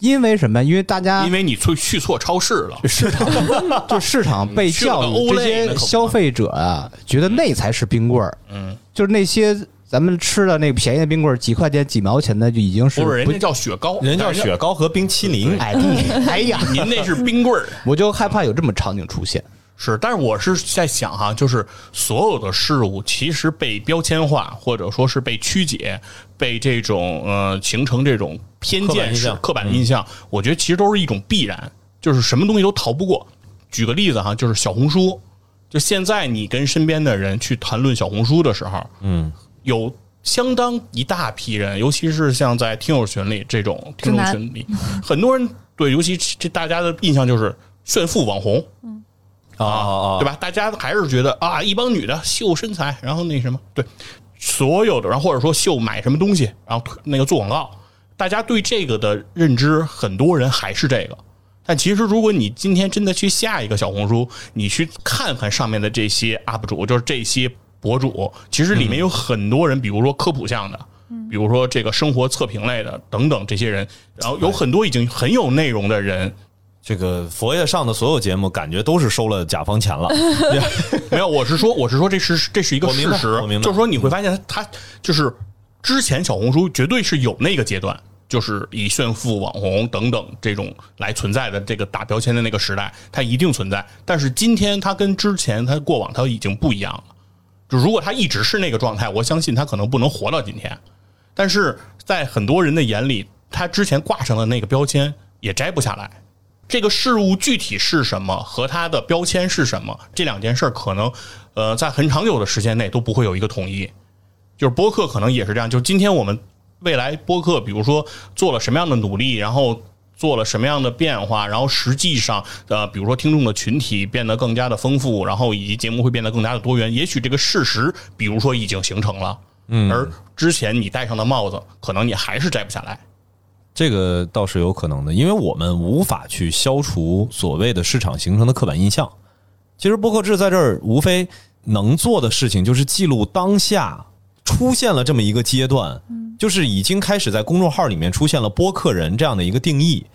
S3: 因为什么？因为大家
S4: 因为你去去错超市了，
S3: 市场就市场被教育这些消费者啊，觉得那才是冰棍儿，
S4: 嗯，
S3: 就是那些咱们吃的那个便宜的冰棍儿，几块钱、几毛钱的就已经是
S4: 不是人
S3: 不
S4: 家叫雪糕，
S2: 人叫
S4: 但
S2: 雪糕和冰淇淋，
S3: 哎你哎呀，
S4: 您那是冰棍儿。
S3: 我就害怕有这么场景出现。
S4: 是，但是我是在想哈、就是所有的事物其实被标签化，或者说是被曲解，被这种呃形成这种偏见式
S2: 刻
S4: 刻板印象，嗯我觉得其实都是一种必然，就是什么东西都逃不过。举个例子哈、就是小红书，就现在你跟身边的人去谈论小红书的时候，
S2: 嗯，
S4: 有相当一大批人，尤其是像在听友群里这种听众群里，很多人对，尤其这大家的印象就是炫富网红。
S2: 啊啊，
S4: 对吧？大家还是觉得啊，一帮女的秀身材，然后那什么，对，所有的，然后或者说秀买什么东西，然后推那个做广告，大家对这个的认知，很多人还是这个。但其实，如果你今天真的去下一个小红书，你去看看上面的这些 UP 主，就是这些博主，其实里面有很多人，比如说科普向的，比如说这个生活测评类的等等这些人，然后有很多已经很有内容的人，
S2: 这个佛爷上的所有节目，感觉都是收了甲方钱了。
S4: <laughs> 没有，我是说，我是说，这是这是一个
S2: 我明
S4: 事
S2: 白
S4: 实
S2: 我明白，
S4: 就是说你会发现它，它就是之前小红书绝对是有那个阶段，就是以炫富、网红等等这种来存在的这个打标签的那个时代，它一定存在。但是今天它跟之前它过往它已经不一样了。就如果它一直是那个状态，我相信它可能不能活到今天。但是在很多人的眼里，他之前挂上的那个标签也摘不下来。这个事物具体是什么和它的标签是什么，这两件事儿可能，呃，在很长久的时间内都不会有一个统一。就是播客可能也是这样，就今天我们未来播客，比如说做了什么样的努力，然后做了什么样的变化，然后实际上，呃，比如说听众的群体变得更加的丰富，然后以及节目会变得更加的多元。也许这个事实，比如说已经形成了，嗯，而之前你戴上的帽子，可能你还是摘不下来。
S2: 这个倒是有可能的，因为我们无法去消除所谓的市场形成的刻板印象。其实播客制在这儿无非能做的事情就是记录当下出现了这么一个阶段，就是已经开始在公众号里面出现了播客人这样的一个定义。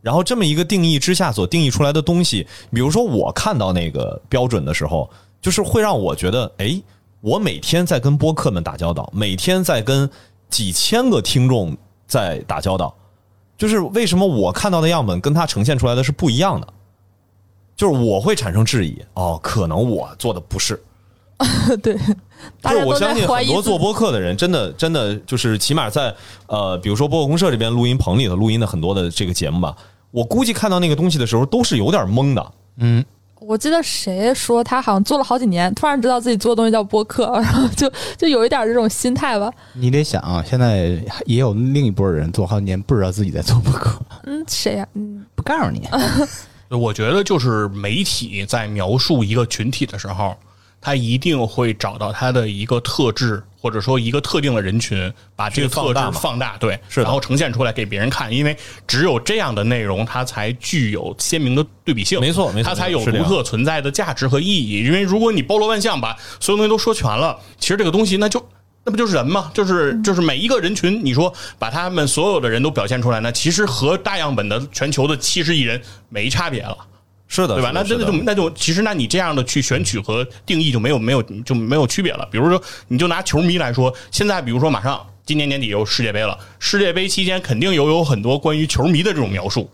S2: 然后这么一个定义之下所定义出来的东西，比如说我看到那个标准的时候，就是会让我觉得，哎，我每天在跟播客们打交道，每天在跟几千个听众在打交道，就是为什么我看到的样本跟它呈现出来的是不一样的，就是我会产生质疑，哦，可能我做的不是，
S1: <laughs> 对，大
S2: 就
S1: 家
S2: 是我
S1: 都在
S2: 相信
S1: 怀
S2: 很
S1: 疑
S2: 多
S1: 自己
S2: 做播客的人，真的真的就是起码在呃，比如说播客公社这边录音棚里头录音的很多的这个节目吧，我估计看到那个东西的时候都是有点懵的。
S1: 我记得谁说他好像做了好几年，突然知道自己做的东西叫播客， <laughs> 然后就就有一点这种心态吧。
S3: 你得想啊，现在也有另一波人做好几年不知道自己在做播客，
S1: 嗯，谁呀、嗯，
S3: 不告诉你。
S4: 我觉得就是媒体在描述一个群体的时候，他一定会找到他的一个特质，或者说一个特定的人群，把这个
S2: 去
S4: 特
S2: 放
S4: 质
S2: 大嘛
S4: 放大，对，
S2: 是的
S4: 然后呈现出来给别人看，因为只有这样的内容，它才具有鲜明的对比性，
S2: 没错没错
S4: 它才有
S2: 是这
S4: 独
S2: 样
S4: 特存在的价值和意义。因为如果你包罗万象，把所有东西都说全了，其实这个东西那就。那不就是人吗？就是就是每一个人群，你说把他们所有的人都表现出来呢，其实和大样本的全球的七十亿人没差别了。
S2: 是的，
S4: 对吧？
S2: 是的
S4: 那
S2: 是
S4: 真的
S2: 的
S4: 就那就其实那你这样的去选取和定义就没有没有就没有区别了。比如说，你就拿球迷来说，现在比如说马上今年年底有世界杯了，世界杯期间肯定有有很多关于球迷的这种描述，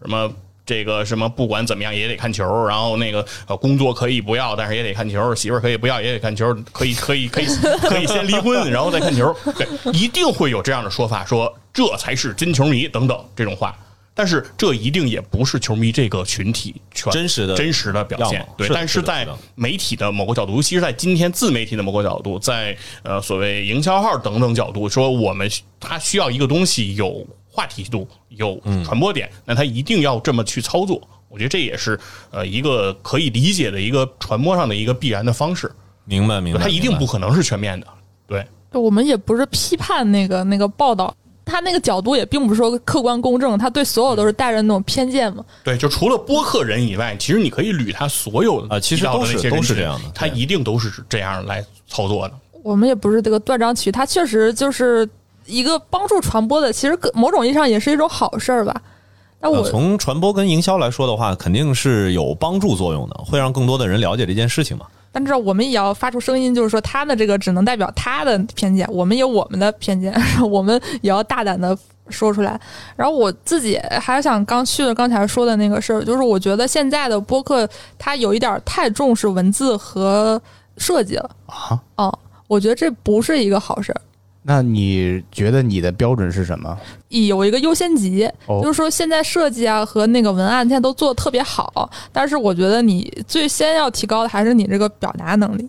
S4: 什么。这个什么不管怎么样也得看球，然后那个呃工作可以不要，但是也得看球，媳妇儿可以不要也得看球，可以可
S2: <laughs>
S4: 以可以可以先离婚，然后再看球，对，一定会有这样的说法，说这才是真球迷等等这种话，但是这一定也不是球迷这个群体全
S2: 真实的
S4: 真实的表现
S2: 样貌。
S4: 对，
S2: 是的
S4: 但
S2: 是
S4: 是
S2: 的
S4: 在
S2: 是的
S4: 媒体的某个角度，尤其是在今天自媒体的某个角度，在呃所谓营销号等等角度，说我们它需要一个东西有话题度、有传播点，那它一定要这么去操作。我觉得这也是呃一个可以理解的一个传播上的一个必然的方式，
S2: 明白明白，
S4: 它一定
S2: 明白
S4: 不可能是全面的。对，
S1: 就我们也不是批判那个那个报道，他那个角度也并不是说客观公正，他对所有都是带着那种偏见嘛。
S4: 对，就除了播客人以外，其实你可以捋他所有
S2: 啊其实
S4: 提到
S2: 都
S4: 的
S2: 是
S4: 那些人
S2: 都是
S4: 群
S2: 这样的
S4: 他
S2: 对
S4: 一定都是这样来操作的。
S1: 我们也不是这个断章取义，它确实就是一个帮助传播的，其实某种意义上也是一种好事儿吧。那我、
S2: 呃从传播跟营销来说的话，肯定是有帮助作用的，会让更多的人了解这件事情嘛。
S1: 但是我们也要发出声音，就是说他的这个只能代表他的偏见，我们有我们的偏见， <laughs> 我们也要大胆的说出来。然后我自己还想刚去了刚才说的那个事儿，就是我觉得现在的播客它有一点儿太重视文字和设计了
S3: 啊。
S1: 哦，我觉得这不是一个好事儿。
S3: 那你觉得你的标准是什么？
S1: 以有一个优先级，
S3: 哦
S1: 就是说现在设计啊和那个文案现在都做的特别好，但是我觉得你最先要提高的还是你这个表达能力，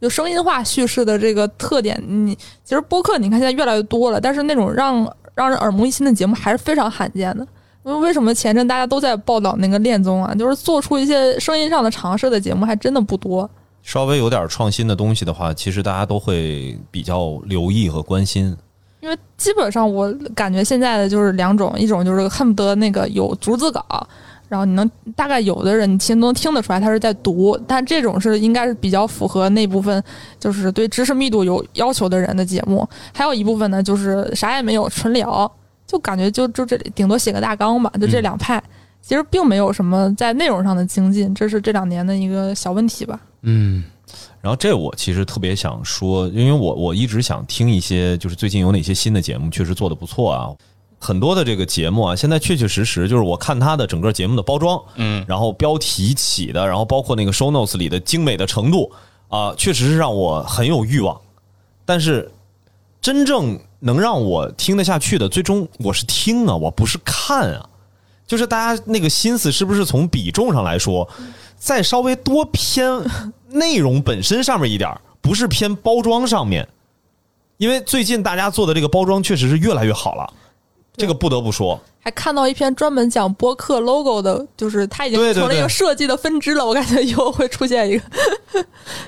S1: 就声音化叙事的这个特点。你其实播客你看现在越来越多了，但是那种让让人耳目一新的节目还是非常罕见的。因为为什么前阵大家都在报道那个恋综啊，就是做出一些声音上的尝试的节目还真的不多。
S2: 稍微有点创新的东西的话，其实大家都会比较留意和关心。
S1: 因为基本上我感觉现在的就是两种，一种就是恨不得那个有逐字稿，然后你能大概有的人你其实能听得出来他是在读，但这种是应该是比较符合那部分就是对知识密度有要求的人的节目。还有一部分呢，就是啥也没有，纯聊，就感觉就就这里顶多写个大纲吧，就这两派。其实并没有什么在内容上的精进，这是这两年的一个小问题吧。
S3: 嗯，
S2: 然后这我其实特别想说，因为我我一直想听一些，就是最近有哪些新的节目确实做的不错啊。很多的这个节目啊，现在确确实实就是我看它的整个节目的包装，
S4: 嗯，
S2: 然后标题起的，然后包括那个 show notes 里的精美的程度啊、确实是让我很有欲望。但是真正能让我听得下去的，最终我是听啊，我不是看啊。就是大家那个心思是不是从比重上来说，再稍微多偏内容本身上面一点儿，不是偏包装上面。因为最近大家做的这个包装确实是越来越好了，这个不得不说。
S1: 还看到一篇专门讲播客 logo 的，就是它已经
S2: 对对
S1: 成了一
S2: 对
S1: 个设计的分支了。我感觉以后会出现一个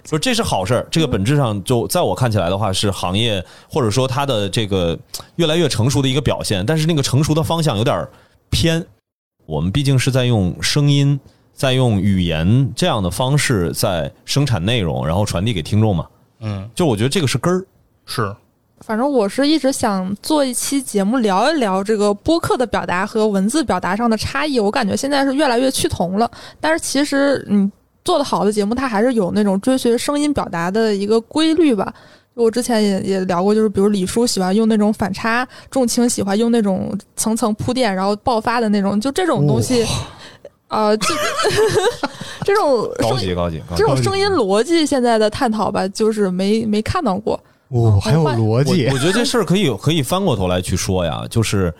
S2: 说这是好事儿，这个本质上就在我看起来的话，是行业或者说它的这个越来越成熟的一个表现，但是那个成熟的方向有点儿偏。我们毕竟是在用声音、在用语言这样的方式在生产内容，然后传递给听众嘛。
S4: 嗯，
S2: 就我觉得这个是根儿，
S4: 是
S1: 反正我是一直想做一期节目，聊一聊这个播客的表达和文字表达上的差异。我感觉现在是越来越趋同了，但是其实你做的好的节目，它还是有那种追随声音表达的一个规律吧。我之前也也聊过，就是比如李叔喜欢用那种反差，重情喜欢用那种层层铺垫，然后爆发的那种，就这种东西，啊，这 <laughs> 这种
S2: 高
S1: 声
S2: 级高级高级
S1: 这。种声音逻辑现在的探讨吧，就是没没看到过。
S5: 哦，还有
S1: 我换
S5: 逻
S3: <laughs>
S5: 辑
S2: 我，我觉得这事儿可以可以翻过头来去说呀，就是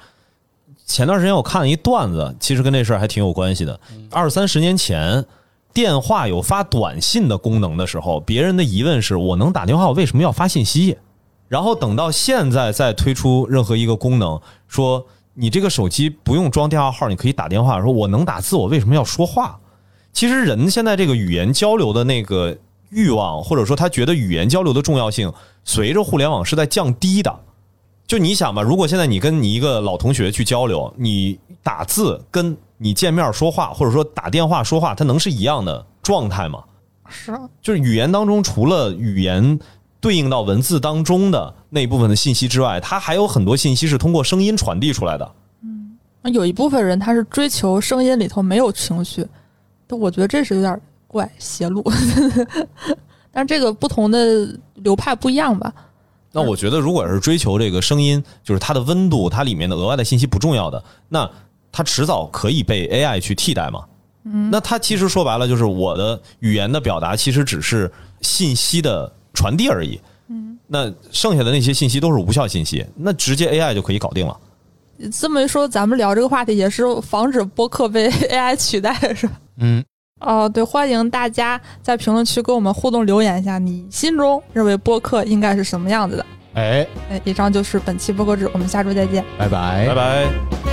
S2: 前段时间我看了一段子，其实跟这事儿还挺有关系的。二三十年前，电话有发短信的功能的时候，别人的疑问是我能打电话，我为什么要发信息？然后等到现在再推出任何一个功能，说你这个手机不用装电话号，你可以打电话。说我能打字，我为什么要说话？其实人现在这个语言交流的那个欲望，或者说他觉得语言交流的重要性，随着互联网是在降低的。就你想吧，如果现在你跟你一个老同学去交流，你打字跟你见面说话，或者说打电话说话，它能是一样的状态吗？
S1: 是啊，
S2: 就是语言当中除了语言对应到文字当中的那一部分的信息之外，它还有很多信息是通过声音传递出来的。
S1: 有一部分人他是追求声音里头没有情绪，但我觉得这是有点怪邪路。 <laughs> 但这个不同的流派不一样吧？
S2: 那我觉得，如果是追求这个声音，就是它的温度，它里面的额外的信息不重要的，那它迟早可以被 AI 去替代嘛？嗯，那它其实说白了就是我的语言的表达，其实只是信息的传递而已。嗯，那剩下的那些信息都是无效信息，那直接 AI 就可以搞定了。
S1: 这么一说，咱们聊这个话题也是防止播客被 AI 取代，是吧？
S3: 嗯，
S1: 哦，对，欢迎大家在评论区跟我们互动留言一下，你心中认为播客应该是什么样子的？
S3: 哎，
S1: 哎，以上就是本期播客志，我们下周再见。
S3: 拜拜
S2: 拜拜。